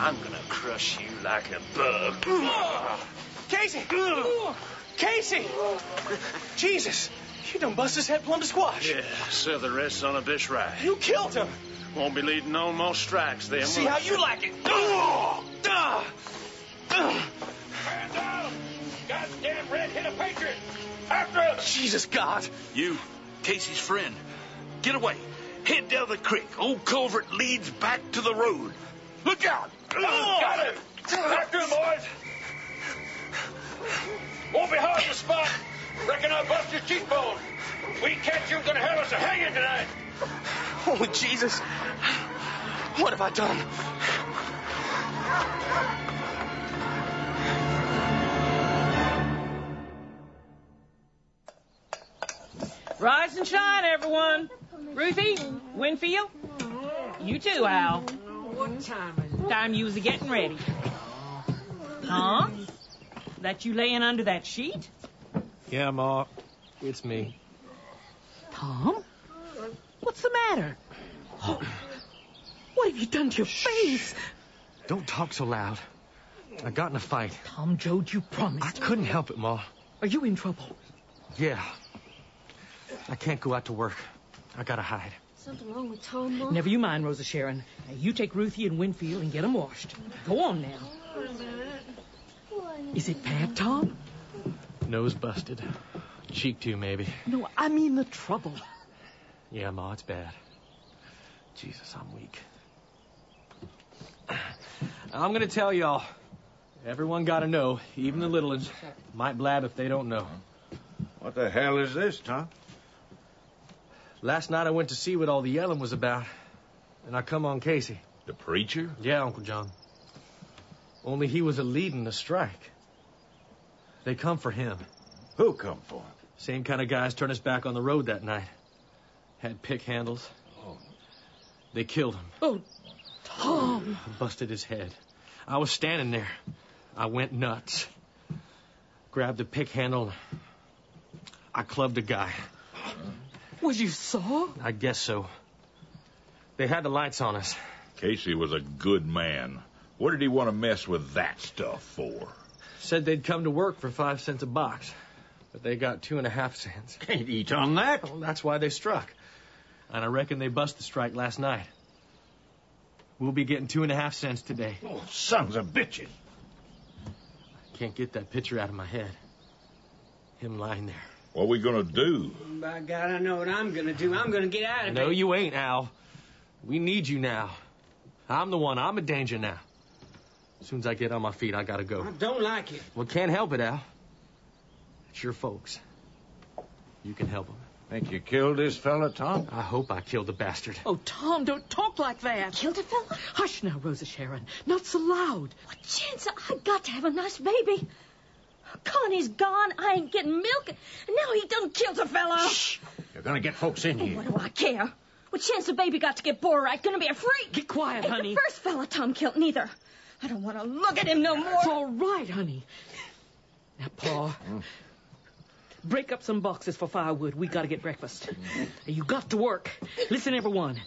[SPEAKER 6] I'm gonna crush you like a bug.
[SPEAKER 21] Casey! Casey! Jesus! You done bust his head plumb to squash.
[SPEAKER 6] Yeah, serve the red son of a bitch right.
[SPEAKER 21] You killed him!
[SPEAKER 6] Won't be leading no more strikes then.
[SPEAKER 21] See
[SPEAKER 6] will
[SPEAKER 21] how
[SPEAKER 6] I?
[SPEAKER 21] you like it. Ugh. Ugh. Ugh.
[SPEAKER 15] Stand down! Goddamn red-headed patriot! After him!
[SPEAKER 21] Jesus God.
[SPEAKER 22] You, Casey's friend. Get away. Head down the creek. Old culvert leads back to the road. Look out!
[SPEAKER 15] Got him! After him, boys! Won't be hard to spot. Reckon I'll bust your cheekbone. We catch you, gonna have us a hanging tonight.
[SPEAKER 21] Oh, Jesus. What have I done?
[SPEAKER 9] Rise and shine, everyone. Ruthie, Winfield, you too, Al. What time is it? Time you was getting ready. Huh? That you laying under that sheet?
[SPEAKER 4] Yeah, Ma. It's me.
[SPEAKER 2] Tom? What's the matter? Oh, what have you done to your face?
[SPEAKER 4] Don't talk so loud. I got in a fight.
[SPEAKER 2] Tom Joad, you
[SPEAKER 4] I
[SPEAKER 2] promised.
[SPEAKER 4] couldn't help it, Ma.
[SPEAKER 2] Are you in trouble?
[SPEAKER 4] Yeah. I can't go out to work. I gotta hide.
[SPEAKER 8] Something wrong with Tom, Mom?
[SPEAKER 9] Never you mind, Rosa Sharon. Now you take Ruthie and Winfield and get 'em washed. Go on now.
[SPEAKER 2] Is it bad, Tom?
[SPEAKER 4] Nose busted. Cheek too, maybe.
[SPEAKER 2] No, I mean the trouble.
[SPEAKER 4] Yeah, Ma, it's bad. Jesus, I'm weak. I'm gonna tell y'all. Everyone gotta know, even the little ones. Might blab if they don't know.
[SPEAKER 17] What the hell is this, Tom?
[SPEAKER 4] Last night I went to see what all the yelling was about, and I come on Casey.
[SPEAKER 22] The preacher?
[SPEAKER 4] Yeah, Uncle John. Only he was a leading the strike. They come for him.
[SPEAKER 17] Who come for?
[SPEAKER 4] Same kind of guys turned us back on the road that night. Had pick handles.
[SPEAKER 17] Oh.
[SPEAKER 4] They killed him.
[SPEAKER 2] Oh, Tom.
[SPEAKER 4] busted his head. I was standing there. I went nuts. Grabbed a pick handle. I clubbed a guy.
[SPEAKER 2] Was you saw?
[SPEAKER 4] I guess so. They had the lights on us.
[SPEAKER 16] Casey was a good man. What did he want to mess with that stuff for?
[SPEAKER 4] Said they'd come to work for five cents a box, but they got two and a half cents.
[SPEAKER 17] Can't eat on that.
[SPEAKER 4] Well, that's why they struck. And I reckon they bust the strike last night. We'll be getting two and a half cents today.
[SPEAKER 17] Oh, sons of bitches.
[SPEAKER 4] Can't get that picture out of my head. Him lying there.
[SPEAKER 16] What are we going to do?
[SPEAKER 23] By God, I know what I'm gonna do. I'm gonna get out of
[SPEAKER 4] No,
[SPEAKER 23] here.
[SPEAKER 4] you ain't, Al. We need you now. I'm the one. I'm a danger now. As soon as I get on my feet, I gotta go.
[SPEAKER 23] I don't like you.
[SPEAKER 4] Well, can't help it, Al. It's your folks. You can help them.
[SPEAKER 17] Think you killed this fella, Tom?
[SPEAKER 4] I hope I killed the bastard.
[SPEAKER 2] Oh, Tom, don't talk like that.
[SPEAKER 8] Killed a fella?
[SPEAKER 2] Hush now, Rosa Sharon. Not so loud.
[SPEAKER 8] What chance? I got to have a nice baby. Connie's gone. I ain't getting milk. And now he done killed a fellow. Shh.
[SPEAKER 17] You're going to get folks in here.
[SPEAKER 8] What do I care? What chance the baby got to get born right? Gonna be a freak.
[SPEAKER 2] Get quiet,
[SPEAKER 8] Ain't
[SPEAKER 2] honey.
[SPEAKER 8] the first fella Tom killed neither. I don't want to look at him no more.
[SPEAKER 2] It's all right, honey. Now, Pa, break up some boxes for firewood. We gotta get breakfast. You got to work. Listen, everyone.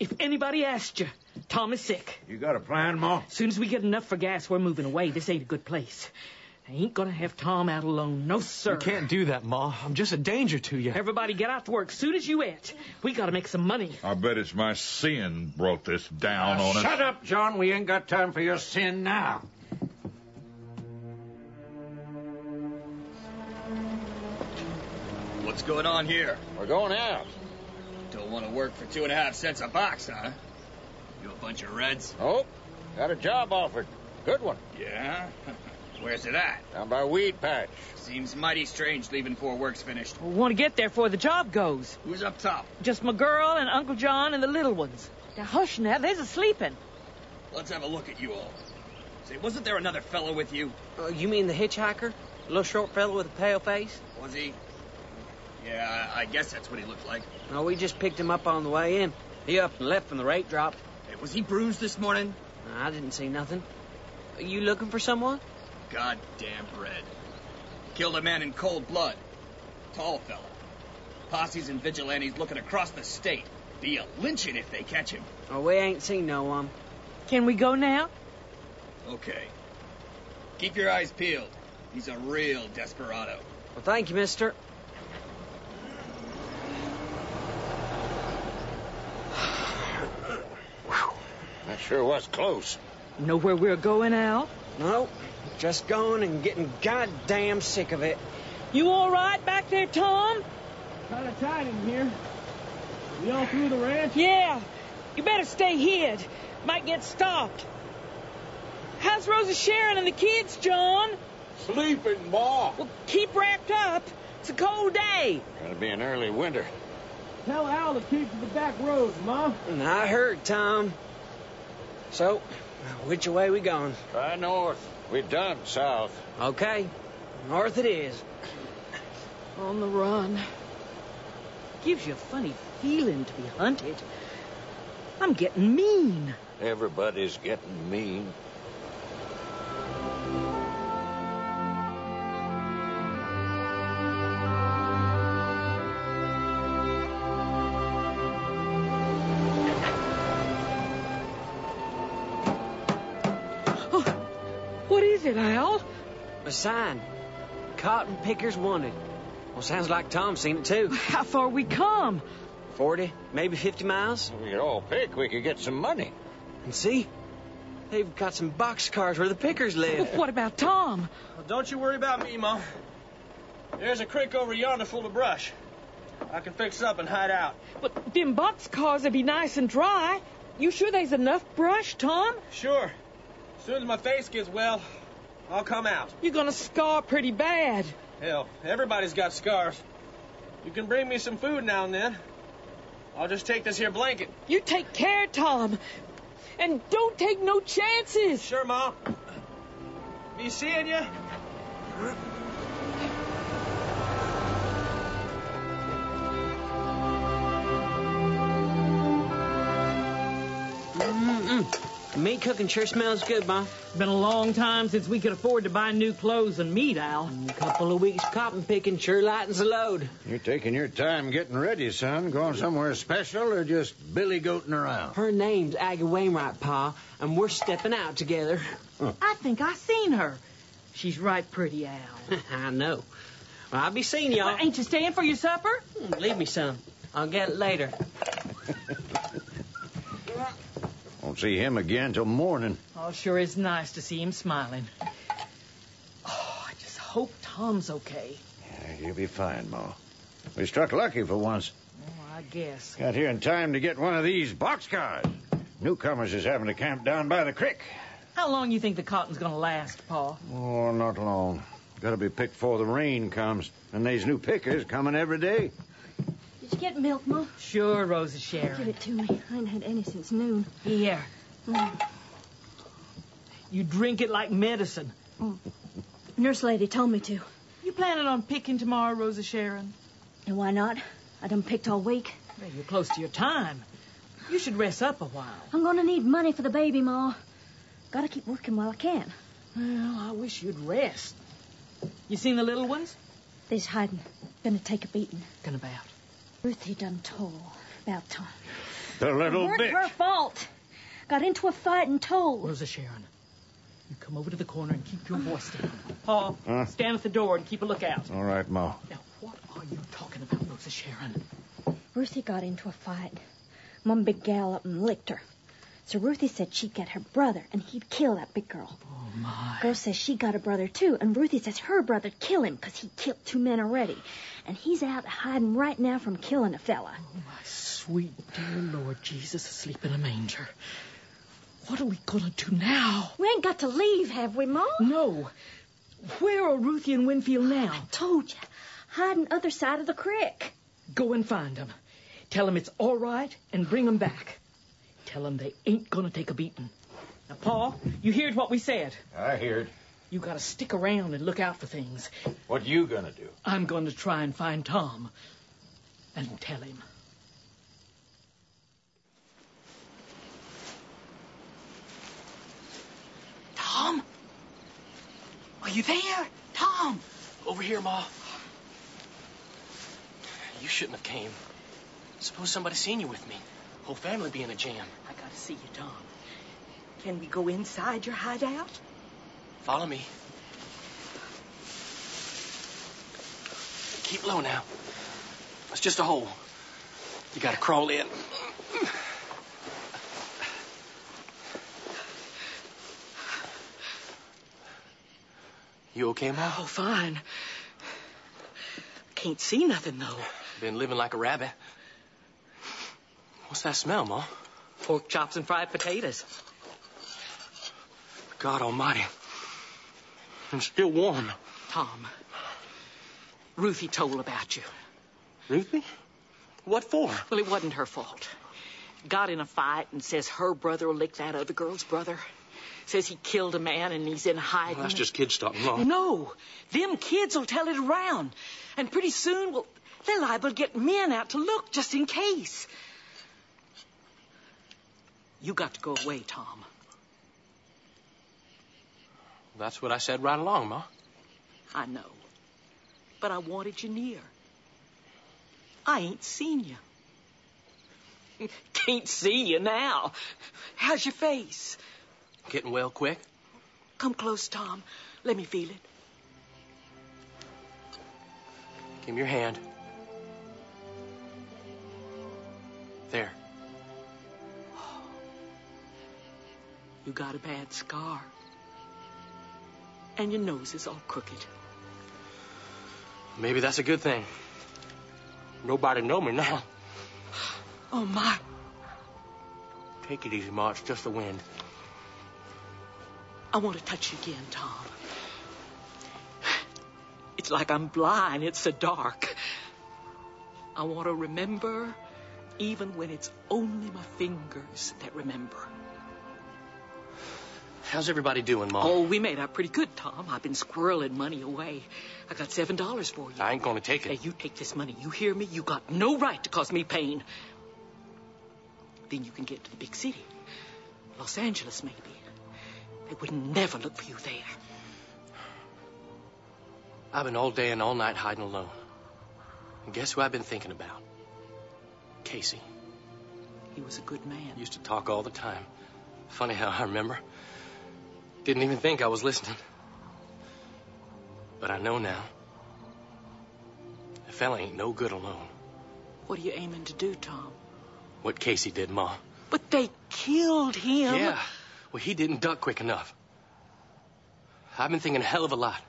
[SPEAKER 2] If anybody asked you, Tom is sick.
[SPEAKER 17] You got a plan, Ma?
[SPEAKER 2] Soon as we get enough for gas, we're moving away. This ain't a good place. I ain't gonna have Tom out alone, no sir.
[SPEAKER 4] You can't do that, Ma. I'm just a danger to you.
[SPEAKER 2] Everybody get out to work soon as you it. We gotta make some money.
[SPEAKER 16] I bet it's my sin brought this down
[SPEAKER 17] Ah,
[SPEAKER 16] on us.
[SPEAKER 15] Shut up, John. We ain't got time for your sin now.
[SPEAKER 3] What's going on here?
[SPEAKER 24] We're going out.
[SPEAKER 3] Don't want to work for two and a half cents a box, huh? You a bunch of reds?
[SPEAKER 24] Oh, got a job offered. Good one.
[SPEAKER 3] Yeah? Where's it at?
[SPEAKER 24] Down by Weed Patch.
[SPEAKER 3] Seems mighty strange leaving before work's finished.
[SPEAKER 2] We want to get there before the job goes.
[SPEAKER 3] Who's up top?
[SPEAKER 2] Just my girl and Uncle John and the little ones. Now hush now, they's a sleeping.
[SPEAKER 3] Let's have a look at you all. Say, wasn't there another fellow with you?
[SPEAKER 9] Uh, you mean the hitchhiker? Little short fellow with a pale face?
[SPEAKER 3] Was he? Yeah, I I guess that's what he looked like.
[SPEAKER 9] No, we just picked him up on the way in. He up and left from the rate drop.
[SPEAKER 3] Hey, was he bruised this morning?
[SPEAKER 9] I didn't see nothing. Are you looking for someone?
[SPEAKER 3] Goddamn red. Killed a man in cold blood. Tall fella. Posses and vigilantes looking across the state. Be a lynching if they catch him.
[SPEAKER 9] Oh, we ain't seen no one.
[SPEAKER 2] Can we go now?
[SPEAKER 3] Okay. Keep your eyes peeled. He's a real desperado.
[SPEAKER 9] Well, thank you, mister.
[SPEAKER 24] That sure was close.
[SPEAKER 2] Know where we're going, Al?
[SPEAKER 9] No, just going and getting goddamn sick of it.
[SPEAKER 2] You all right back there, Tom?
[SPEAKER 11] Kind of tight in here. We all through the ranch?
[SPEAKER 2] Yeah. You better stay hid. Might get stopped. How's Rosa Sharon and the kids, John?
[SPEAKER 11] Sleeping, Ma.
[SPEAKER 2] Well, keep wrapped up. It's a cold day.
[SPEAKER 24] Gonna be an early winter.
[SPEAKER 11] Tell Al to keep to the back roads, Ma.
[SPEAKER 9] And I heard, Tom. So, which way we going?
[SPEAKER 24] Try north. We're done south.
[SPEAKER 9] Okay, north it is.
[SPEAKER 2] On the run. Gives you a funny feeling to be hunted. I'm getting mean.
[SPEAKER 24] Everybody's getting mean.
[SPEAKER 2] Oh, What is it, Al?
[SPEAKER 9] A sign. Cotton pickers wanted. Well, sounds like Tom seen it too.
[SPEAKER 2] How far we come?
[SPEAKER 9] 40, maybe 50 miles.
[SPEAKER 24] We could all pick. We could get some money.
[SPEAKER 9] And see, they've got some boxcars where the pickers
[SPEAKER 2] Well,
[SPEAKER 9] live.
[SPEAKER 2] what about Tom?
[SPEAKER 4] Well, don't you worry about me, Ma. There's a creek over yonder full of brush. I can fix up and hide out.
[SPEAKER 2] But them boxcars will be nice and dry. You sure there's enough brush, Tom?
[SPEAKER 4] Sure. As soon as my face gets well, I'll come out.
[SPEAKER 2] You're gonna scar pretty bad.
[SPEAKER 4] Hell, everybody's got scars. You can bring me some food now and then. I'll just take this here blanket.
[SPEAKER 2] You take care, Tom. And don't take no chances.
[SPEAKER 4] Sure, Mom. Be seeing you.
[SPEAKER 9] Mm-mm. Meat cooking sure smells good, Ma.
[SPEAKER 2] Been a long time since we could afford to buy new clothes and meat, Al.
[SPEAKER 9] A Mm, couple of weeks cotton picking sure lightens the load.
[SPEAKER 5] You're taking your time getting ready, son. Going somewhere special or just billy goating around?
[SPEAKER 9] Her name's Aggie Wainwright, Pa, and we're stepping out together.
[SPEAKER 2] I think I seen her. She's right pretty, Al.
[SPEAKER 9] I know. Well, I'll be seeing y'all.
[SPEAKER 2] Ain't you staying for your supper?
[SPEAKER 9] Hmm, Leave me some. I'll get it later.
[SPEAKER 5] Won't see him again till morning.
[SPEAKER 2] Oh, sure is nice to see him smiling. Oh, I just hope Tom's okay.
[SPEAKER 5] Yeah, you'll be fine, Ma. We struck lucky for once.
[SPEAKER 2] Oh, I guess.
[SPEAKER 5] Got here in time to get one of these boxcars. Newcomers is having to camp down by the creek.
[SPEAKER 2] How long you think the cotton's gonna last, Pa?
[SPEAKER 5] Oh, not long. Gotta be picked before the rain comes. And these new pickers coming every day.
[SPEAKER 8] Did you get milk, Ma?
[SPEAKER 2] Sure, Rosa Sharon.
[SPEAKER 8] Give it to me. I ain't had any since noon.
[SPEAKER 2] Here,
[SPEAKER 8] Mm.
[SPEAKER 2] you drink it like medicine.
[SPEAKER 8] Nurse lady told me to.
[SPEAKER 2] You planning on picking tomorrow, Rosa Sharon?
[SPEAKER 8] And why not? I done picked all week.
[SPEAKER 2] Well, you're close to your time. You should rest up a while.
[SPEAKER 8] I'm gonna need money for the baby, Ma. Gotta keep working while I can.
[SPEAKER 2] Well, I wish you'd rest. You seen the little ones?
[SPEAKER 8] They's hiding. Gonna take a beating.
[SPEAKER 2] Gonna about.
[SPEAKER 8] Ruthie done told about Tom.
[SPEAKER 5] The little
[SPEAKER 8] it weren't
[SPEAKER 5] bitch.
[SPEAKER 8] her fault. Got into a fight and told.
[SPEAKER 2] Rosa Sharon,
[SPEAKER 25] You come over to the corner and keep your voice down. Paul,
[SPEAKER 26] Huh?
[SPEAKER 25] stand at the door and keep a lookout.
[SPEAKER 26] All right, Ma.
[SPEAKER 25] Talking about Rosa Sharon.
[SPEAKER 8] Ruthie got into a fight. One big gal up and licked her. So Ruthie said she'd get her brother and he'd kill that big girl. Oh, my. Girl says she got a brother too, and Ruthie says her brother'd kill him 'cause he killed two men already. And he's out hiding right now from killing a fella.
[SPEAKER 27] Oh, Sweet dear Lord Jesus asleep in a manger. What are we gonna do now?
[SPEAKER 8] We ain't got to leave, have we, Mom?
[SPEAKER 27] No. Where are Ruthie and Winfield now? I
[SPEAKER 8] told you. Hiding other side of the creek.
[SPEAKER 27] Go and find them. Tell them it's all right and bring them back. Tell them they ain't gonna take a beating. Now, Paul, you heard what we said.
[SPEAKER 17] I heard.
[SPEAKER 27] You gotta stick around and look out for things.
[SPEAKER 17] What you gonna do?
[SPEAKER 27] I'm going to try and find Tom and tell him.
[SPEAKER 2] Tom? Are you there? Tom!
[SPEAKER 4] Over here, Ma. You shouldn't have came. Suppose somebody seen you with me. Whole family be in a jam.
[SPEAKER 2] I gotta see you, Tom. Can we go inside your hideout?
[SPEAKER 4] Follow me. Keep low now. It's just a hole. You gotta crawl in. You okay, Ma?
[SPEAKER 2] Oh, fine. Can't see nothing, though.
[SPEAKER 4] Been living like a rabbit. What's that smell, Ma?
[SPEAKER 2] Pork chops and fried potatoes.
[SPEAKER 4] God almighty. I'm still warm.
[SPEAKER 2] Tom, Ruthie told about you.
[SPEAKER 4] Ruthie? What for?
[SPEAKER 2] Well, it wasn't her fault. Got in a fight and says her brother licked that other girl's brother. Says he killed a man and he's in hiding.
[SPEAKER 4] Well, that's just kid stuff, Ma.
[SPEAKER 2] No, them kids will tell it around, and pretty soon, well, they're liable to get men out to look just in case. You got to go away, Tom.
[SPEAKER 4] That's what I said right along, Ma.
[SPEAKER 2] I know, but I wanted you near. I ain't seen you. Can't see you now. How's your face?
[SPEAKER 4] Getting well quick?
[SPEAKER 2] Come close, Tom. Let me feel it.
[SPEAKER 4] Give me your hand. There.
[SPEAKER 2] You got a bad scar. And your nose is all crooked.
[SPEAKER 4] Maybe that's a good thing. Nobody know me now.
[SPEAKER 2] Oh, my.
[SPEAKER 4] Take it easy, Ma. It's just the wind.
[SPEAKER 2] I want to touch you again, Tom. It's like I'm blind. It's so dark. I want to remember, even when it's only my fingers that remember.
[SPEAKER 4] How's everybody doing, Ma?
[SPEAKER 2] Oh, we made out pretty good, Tom. I've been squirreling money away. I got seven dollars for you.
[SPEAKER 4] I ain't gonna take it.
[SPEAKER 2] Hey, you take this money. You hear me? You got no right to cause me pain. Then you can get to the big city. Los Angeles, maybe. They would never look for you there.
[SPEAKER 4] I've been all day and all night hiding alone. And guess who I've been thinking about? Casey.
[SPEAKER 2] He was a good man.
[SPEAKER 4] Used to talk all the time. Funny how I remember. Didn't even think I was listening. But I know now. A fella ain't no good alone.
[SPEAKER 2] What are you aiming to do, Tom?
[SPEAKER 4] What Casey did, Ma.
[SPEAKER 2] But they killed him.
[SPEAKER 4] Yeah. Well, he didn't duck quick enough. I've been thinking a hell of a lot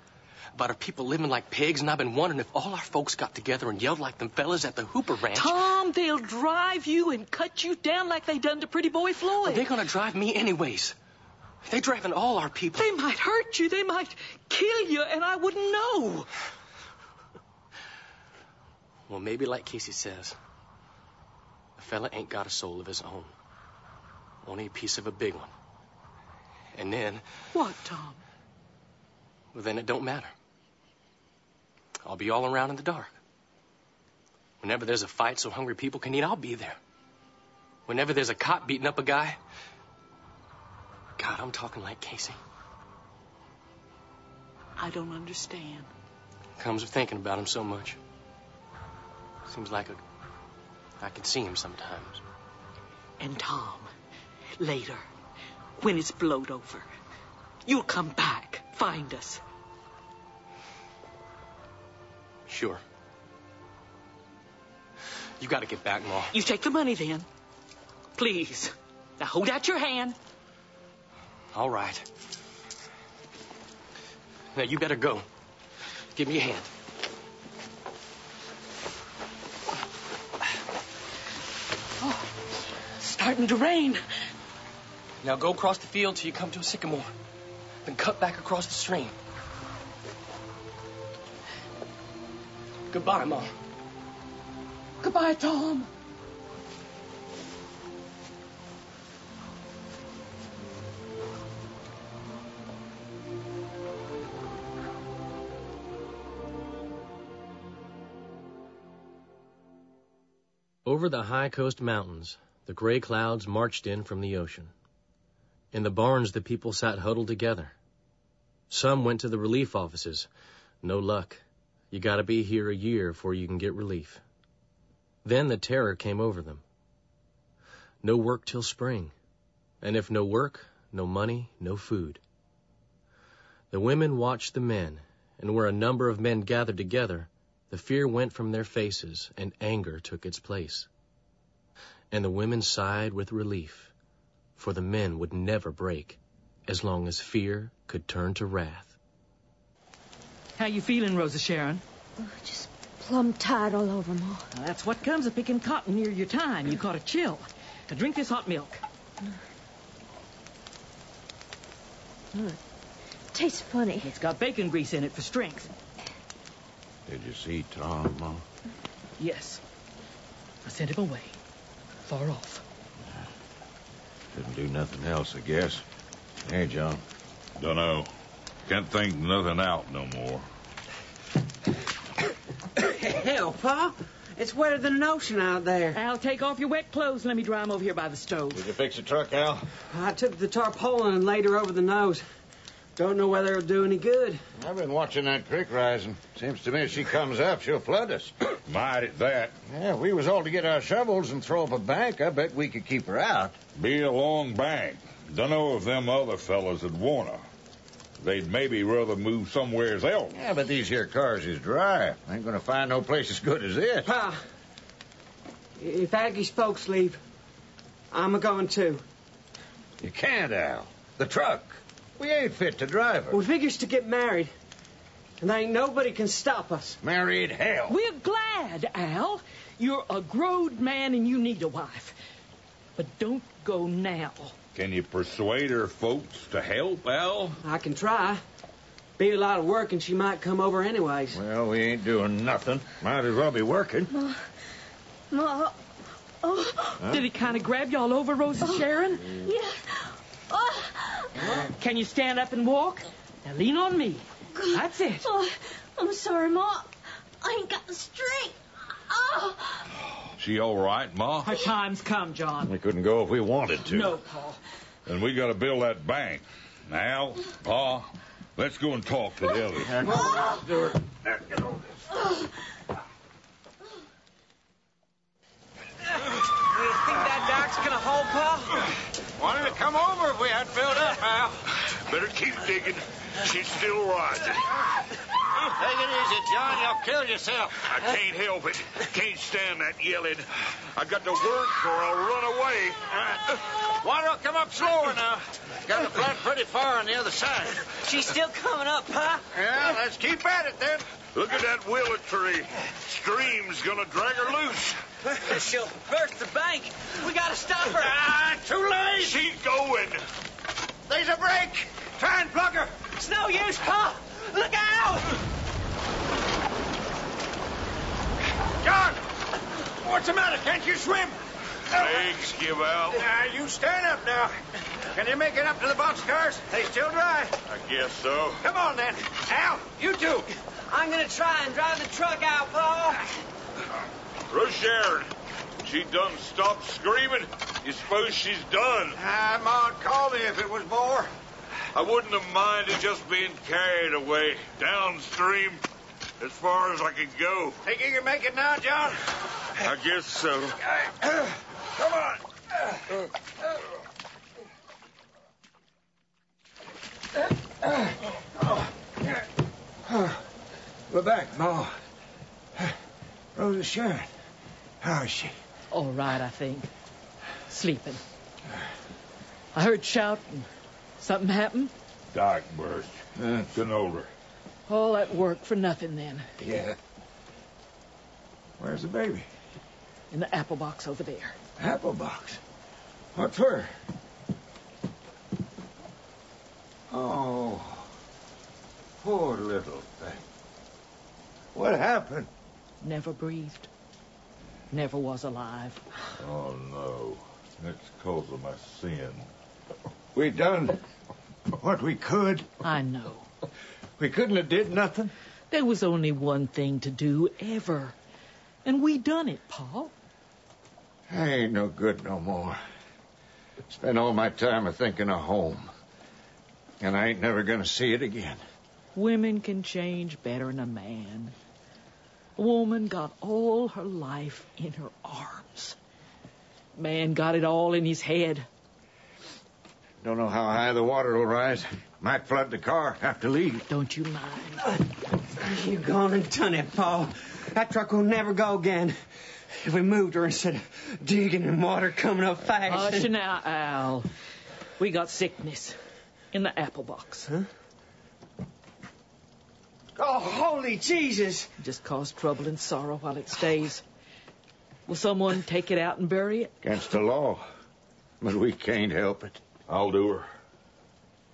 [SPEAKER 4] about our people living like pigs, and I've been wondering if all our folks got together and yelled like them fellas at the Hooper Ranch.
[SPEAKER 2] Tom, they'll drive you and cut you down like they done to pretty boy Floyd.
[SPEAKER 4] They're gonna drive me anyways. They're driving all our people.
[SPEAKER 2] They might hurt you. They might kill you, and I wouldn't know.
[SPEAKER 4] Well, maybe like Casey says, a fella ain't got a soul of his own. Only a piece of a big one. And then,
[SPEAKER 2] What, Tom?
[SPEAKER 4] well, then it don't matter. I'll be all around in the dark. Whenever there's a fight so hungry people can eat, I'll be there. Whenever there's a cop beating up a guy, God, I'm talking like Casey.
[SPEAKER 2] I don't understand.
[SPEAKER 4] Comes of thinking about him so much. Seems like a, I can see him sometimes.
[SPEAKER 2] And Tom, later, when it's blowed over,
[SPEAKER 20] You'll come back. Find us.
[SPEAKER 28] Sure. You gotta get back, Ma.
[SPEAKER 20] You take the money then. Please. Now hold out your hand.
[SPEAKER 28] All right. Now you better go. Give me a hand.
[SPEAKER 2] Oh,
[SPEAKER 20] Starting to rain.
[SPEAKER 28] Now go across the field till you come to a sycamore. Then cut back across the stream. Goodbye, Ma.
[SPEAKER 20] Goodbye, Tom.
[SPEAKER 4] Over the high coast mountains, the gray clouds marched in from the ocean. In the barns, the people sat huddled together. Some went to the relief offices. No luck. You gotta be here a year before you can get relief. Then the terror came over them. No work till spring. And if no work, no money, no food. The women watched the men, and where a number of men gathered together, the fear went from their faces and anger took its place. And the women sighed with relief, for the men would never break as long as fear could turn to wrath.
[SPEAKER 2] How you feeling, Rosa Sharon?
[SPEAKER 8] Plumb tired all over, Ma.
[SPEAKER 2] Well, that's what comes of picking cotton near your time. You caught a chill. Now drink this hot milk.
[SPEAKER 8] Mm. Tastes funny.
[SPEAKER 2] It's got bacon grease in it for strength.
[SPEAKER 16] Did you see Tom, Ma?
[SPEAKER 2] Yes. I sent him away. Far off.
[SPEAKER 16] Couldn't do nothing else, I guess. Hey, John. Dunno. Can't think nothing out no more.
[SPEAKER 2] Hell, Pa. It's wetter than an ocean out there. Al, take off your wet clothes. Let me dry 'em over here by the stove.
[SPEAKER 16] Did you fix the truck, Al?
[SPEAKER 9] I took the tarpaulin and laid her over the nose. Don't know whether it'll do any good.
[SPEAKER 16] I've been watching that creek rising. Seems to me if she comes up, she'll flood us. Might at that. Yeah, if we was all to get our shovels and throw up a bank, I bet we could keep her out. Be a long bank. Dunno if them other fellas would want her. They'd maybe rather move somewheres else. Yeah, but these here cars is dry. Ain't gonna find no place as good as this.
[SPEAKER 9] Pa, if Aggie's folks leave, I'm a going too.
[SPEAKER 16] You can't, Al. The truck. We ain't fit to drive her.
[SPEAKER 9] We figures to get married, and there ain't nobody can stop us.
[SPEAKER 16] Married hell.
[SPEAKER 2] We're glad, Al. You're a growed man and you need a wife. But don't go now.
[SPEAKER 16] Can you persuade her folks to help, Al?
[SPEAKER 9] I can try. Be a lot of work, and she might come over anyways.
[SPEAKER 16] Well, we ain't doing nothing. Might as well be working.
[SPEAKER 8] Ma. Oh.
[SPEAKER 2] Did it kind of grab you all over, Rosa Sharon?
[SPEAKER 8] Yeah. Oh.
[SPEAKER 2] Can you stand up and walk? Now lean on me. That's it.
[SPEAKER 8] Oh, I'm sorry, Ma. I ain't got the strength. Oh.
[SPEAKER 16] She all right, Ma?
[SPEAKER 2] Her time's come, John.
[SPEAKER 16] We couldn't go if we wanted to.
[SPEAKER 2] No,
[SPEAKER 27] Oh.
[SPEAKER 2] Paul.
[SPEAKER 16] And we gotta build that bank. Now, Pa, let's go and talk to the others.
[SPEAKER 9] Think that dock's gonna hold, Pa?
[SPEAKER 15] Wanted to come over if we had filled up, Al.
[SPEAKER 17] Better keep digging. She's still rising.
[SPEAKER 15] Take it easy, John. You'll kill yourself.
[SPEAKER 17] I can't help it. Can't stand that yelling. I got to work or I'll run away.
[SPEAKER 15] Water'll come up slower now. Got the flat pretty far on the other side.
[SPEAKER 9] She's still coming up, Pa.
[SPEAKER 15] Yeah, let's keep at it then.
[SPEAKER 17] Look at that willow tree. Stream's gonna drag her loose.
[SPEAKER 9] She'll burst the bank. We gotta stop her.
[SPEAKER 15] Ah, too late.
[SPEAKER 17] She's going.
[SPEAKER 15] There's a break. Try and plug her.
[SPEAKER 9] It's no use, Pa. Look out!
[SPEAKER 15] John! What's the matter? Can't you swim?
[SPEAKER 17] Legs give out.
[SPEAKER 15] Ah, you stand up now. Can you make it up to the boxcars? They still dry.
[SPEAKER 17] I guess so.
[SPEAKER 15] Come on then. Al, you two.
[SPEAKER 9] I'm gonna try and drive the truck out, Pa.
[SPEAKER 17] Rochard, she done stopped screaming. You suppose she's done?
[SPEAKER 15] Ah, Ma, call me if it was more.
[SPEAKER 17] I wouldn't have minded just being carried away downstream as far as I could go.
[SPEAKER 15] Think you can make it now, John?
[SPEAKER 17] I guess so.
[SPEAKER 15] Come on.
[SPEAKER 17] Oh, we're back, Ma. Rosa Sharon. How is she?
[SPEAKER 29] All right, I think. Sleeping. I heard shouting. Something happened?
[SPEAKER 30] Dark burst. Eh, getting older.
[SPEAKER 29] All that work for nothing then.
[SPEAKER 17] Yeah. Where's the baby?
[SPEAKER 29] In the apple box over there.
[SPEAKER 17] Apple box. What for? Oh, poor little thing. What happened?
[SPEAKER 29] Never breathed. Never was alive.
[SPEAKER 30] Oh, no. It's because of my sin.
[SPEAKER 17] We done what we could.
[SPEAKER 29] I know.
[SPEAKER 17] We couldn't have did nothing.
[SPEAKER 29] There was only one thing to do ever. And we done it, Paul.
[SPEAKER 17] I ain't no good no more. Spend all my time a thinking of home. And I ain't never gonna see it again.
[SPEAKER 29] Women can change better'n a man. A woman got all her life in her arms. Man got it all in his head.
[SPEAKER 17] Don't know how high the water will rise. Might flood the car. Have to leave.
[SPEAKER 29] Don't you mind.
[SPEAKER 9] You gone and done it, Paul. That truck will never go again. If we moved her instead of digging and water coming up fast.
[SPEAKER 29] Hush now, Al. We got sickness in the apple box. Huh?
[SPEAKER 9] Oh, holy Jesus!
[SPEAKER 29] Just cause trouble and sorrow while it stays. Will someone take it out and bury it?
[SPEAKER 17] Against the law. But we can't help it.
[SPEAKER 30] I'll do her.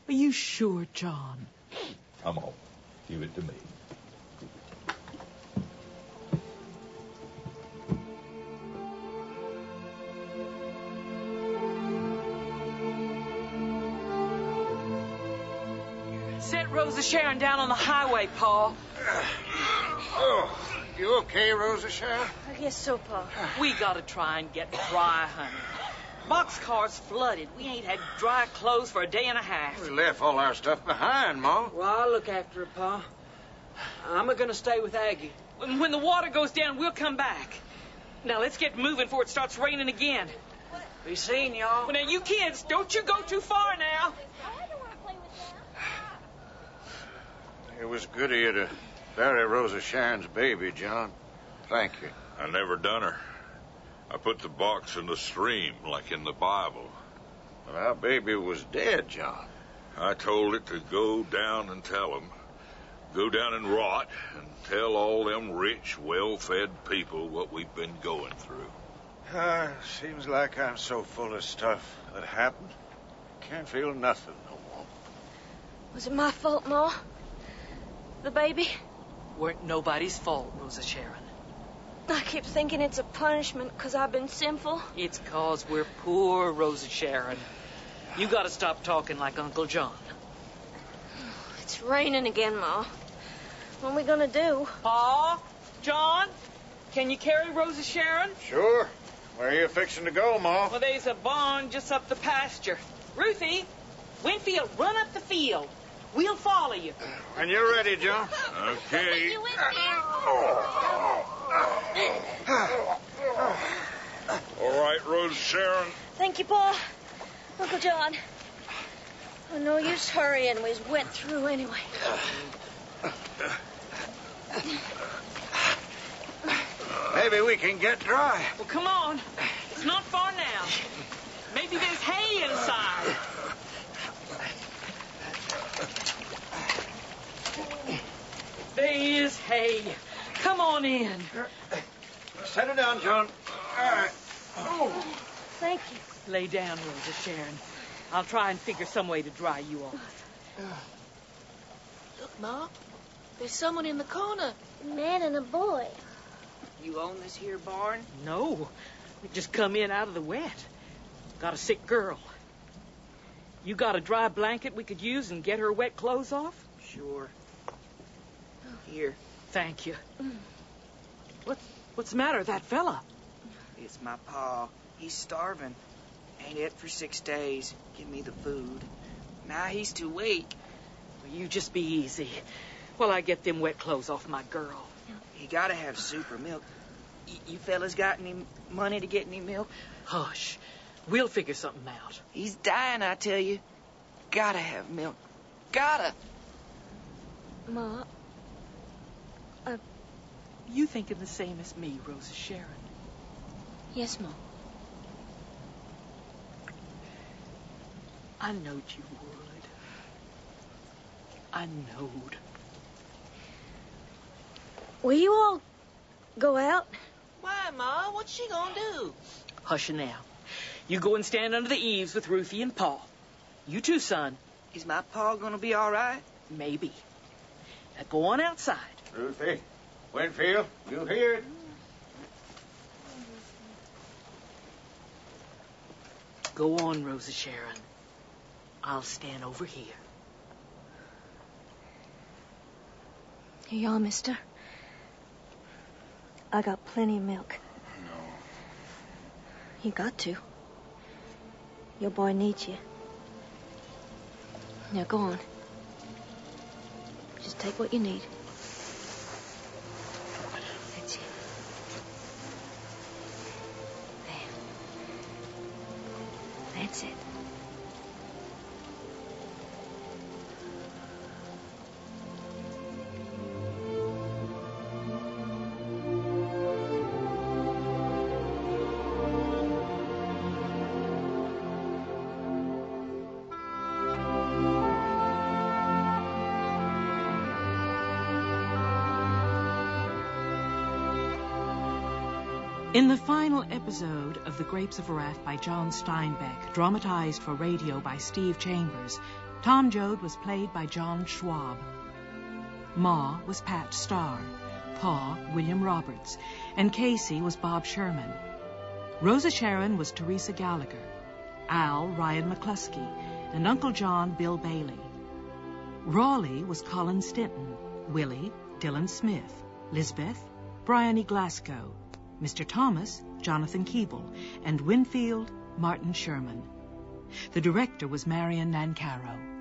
[SPEAKER 29] Are you sure, John?
[SPEAKER 30] Come on. Give it to me.
[SPEAKER 2] Set Rosa Sharon down on the highway, Paul.
[SPEAKER 17] Oh, you okay, Rosa Sharon?
[SPEAKER 8] I guess so, Paul.
[SPEAKER 2] We gotta try and get dry, honey. Boxcar's flooded. We ain't had dry clothes for a day and a half.
[SPEAKER 17] We left all our stuff behind, Ma.
[SPEAKER 9] Well, I'll look after her, Pa. I'm going to stay with Aggie.
[SPEAKER 2] When when the water goes down, we'll come back. Now let's get moving before it starts raining again.
[SPEAKER 9] Be seeing y'all.
[SPEAKER 2] Well, now you kids, don't you go too far now.
[SPEAKER 17] It was good of you to bury Rosa Sharon's baby, John. Thank you.
[SPEAKER 16] I never done her. I put the box in the stream, like in the Bible.
[SPEAKER 17] But our baby was dead, John.
[SPEAKER 16] I told it to go down and tell 'em, Go down and rot and tell all them rich, well fed people what we've been going through.
[SPEAKER 17] Ah, seems like I'm so full of stuff that happened. Can't feel nothing no more.
[SPEAKER 8] Was it my fault, Ma? The baby?
[SPEAKER 29] Weren't nobody's fault, Rosa Sharon.
[SPEAKER 8] I keep thinking it's a punishment 'cause I've been sinful.
[SPEAKER 29] It's cause we're poor, Rosa Sharon. You gotta stop talking like Uncle John.
[SPEAKER 8] It's raining again, Ma. What are we gonna do?
[SPEAKER 2] Paul, John, can you carry Rosa Sharon?
[SPEAKER 17] Sure. Where are you fixing to go, Ma?
[SPEAKER 2] Well, there's a barn just up the pasture. Ruthie, Winfield, run up the field. We'll follow you.
[SPEAKER 17] When you're ready, John.
[SPEAKER 16] Okay.
[SPEAKER 17] Oh.
[SPEAKER 16] All right, Rose Sharon.
[SPEAKER 8] Thank you, Paul. Uncle John. Oh, no use hurrying. We went through anyway.
[SPEAKER 17] Maybe we can get dry.
[SPEAKER 2] Well, come on. It's not far now. Maybe there's hay inside. There is hay. Come on in.
[SPEAKER 17] Settle down, John. All right. Oh.
[SPEAKER 8] Thank you.
[SPEAKER 2] Lay down, Rosa Sharon. I'll try and figure some way to dry you off.
[SPEAKER 8] Look, Ma. There's someone in the corner. A man and a boy.
[SPEAKER 9] You own this here barn?
[SPEAKER 29] No. We just come in out of the wet.
[SPEAKER 2] Got a sick girl. You got a dry blanket we could use and get her wet clothes off?
[SPEAKER 9] Sure. Here.
[SPEAKER 2] Thank you.
[SPEAKER 9] Mm.
[SPEAKER 2] What, what's the matter with that fella?
[SPEAKER 9] It's my pa. He's starving. Ain't ate for six days. Give me the food. Now he's too weak.
[SPEAKER 2] Well, you just be easy while I get them wet clothes off my girl.
[SPEAKER 9] You gotta have super milk. Y- you fellas got any money to get any milk?
[SPEAKER 29] Hush. We'll figure something out.
[SPEAKER 9] He's dying, I tell you. Gotta have milk.
[SPEAKER 20] gotta.
[SPEAKER 8] Ma, uh,
[SPEAKER 2] You thinking the same as me, Rosa Sharon.
[SPEAKER 8] yes, Ma.
[SPEAKER 2] I knowed you would. I knowed.
[SPEAKER 8] Will you all go out?
[SPEAKER 31] Why, Ma? What's she gonna do?
[SPEAKER 32] Hush now. You go and stand under the eaves with Ruthie and Paul. You too, son.
[SPEAKER 31] Is my Pa gonna be all right?
[SPEAKER 32] Maybe. Now go on outside.
[SPEAKER 15] Ruthie, Winfield, you hear it?
[SPEAKER 32] Go on, Rosa Sharon. I'll stand over here.
[SPEAKER 8] Here y'all, mister. I got plenty of milk. No. You got to. Your boy needs you. Now go on. Just take what you need. That's it. There. That's it.
[SPEAKER 2] In the final episode of The Grapes of Wrath by John Steinbeck, dramatized for radio by Steve Chambers, Tom Joad was played by John Schwab. Ma was Pat Starr, Pa William Roberts, and Casey was Bob Sherman. Rosa Sharon was Teresa Gallagher, Al Ryan McCluskey, and Uncle John Bill Bailey. Raleigh was Colin Stinton, Willie Dylan Smith, Lisbeth Bryony Glasgow, Mr. Thomas, Jonathan Keeble, and Winfield, Martin Sherman. The director was Marion Nancaro.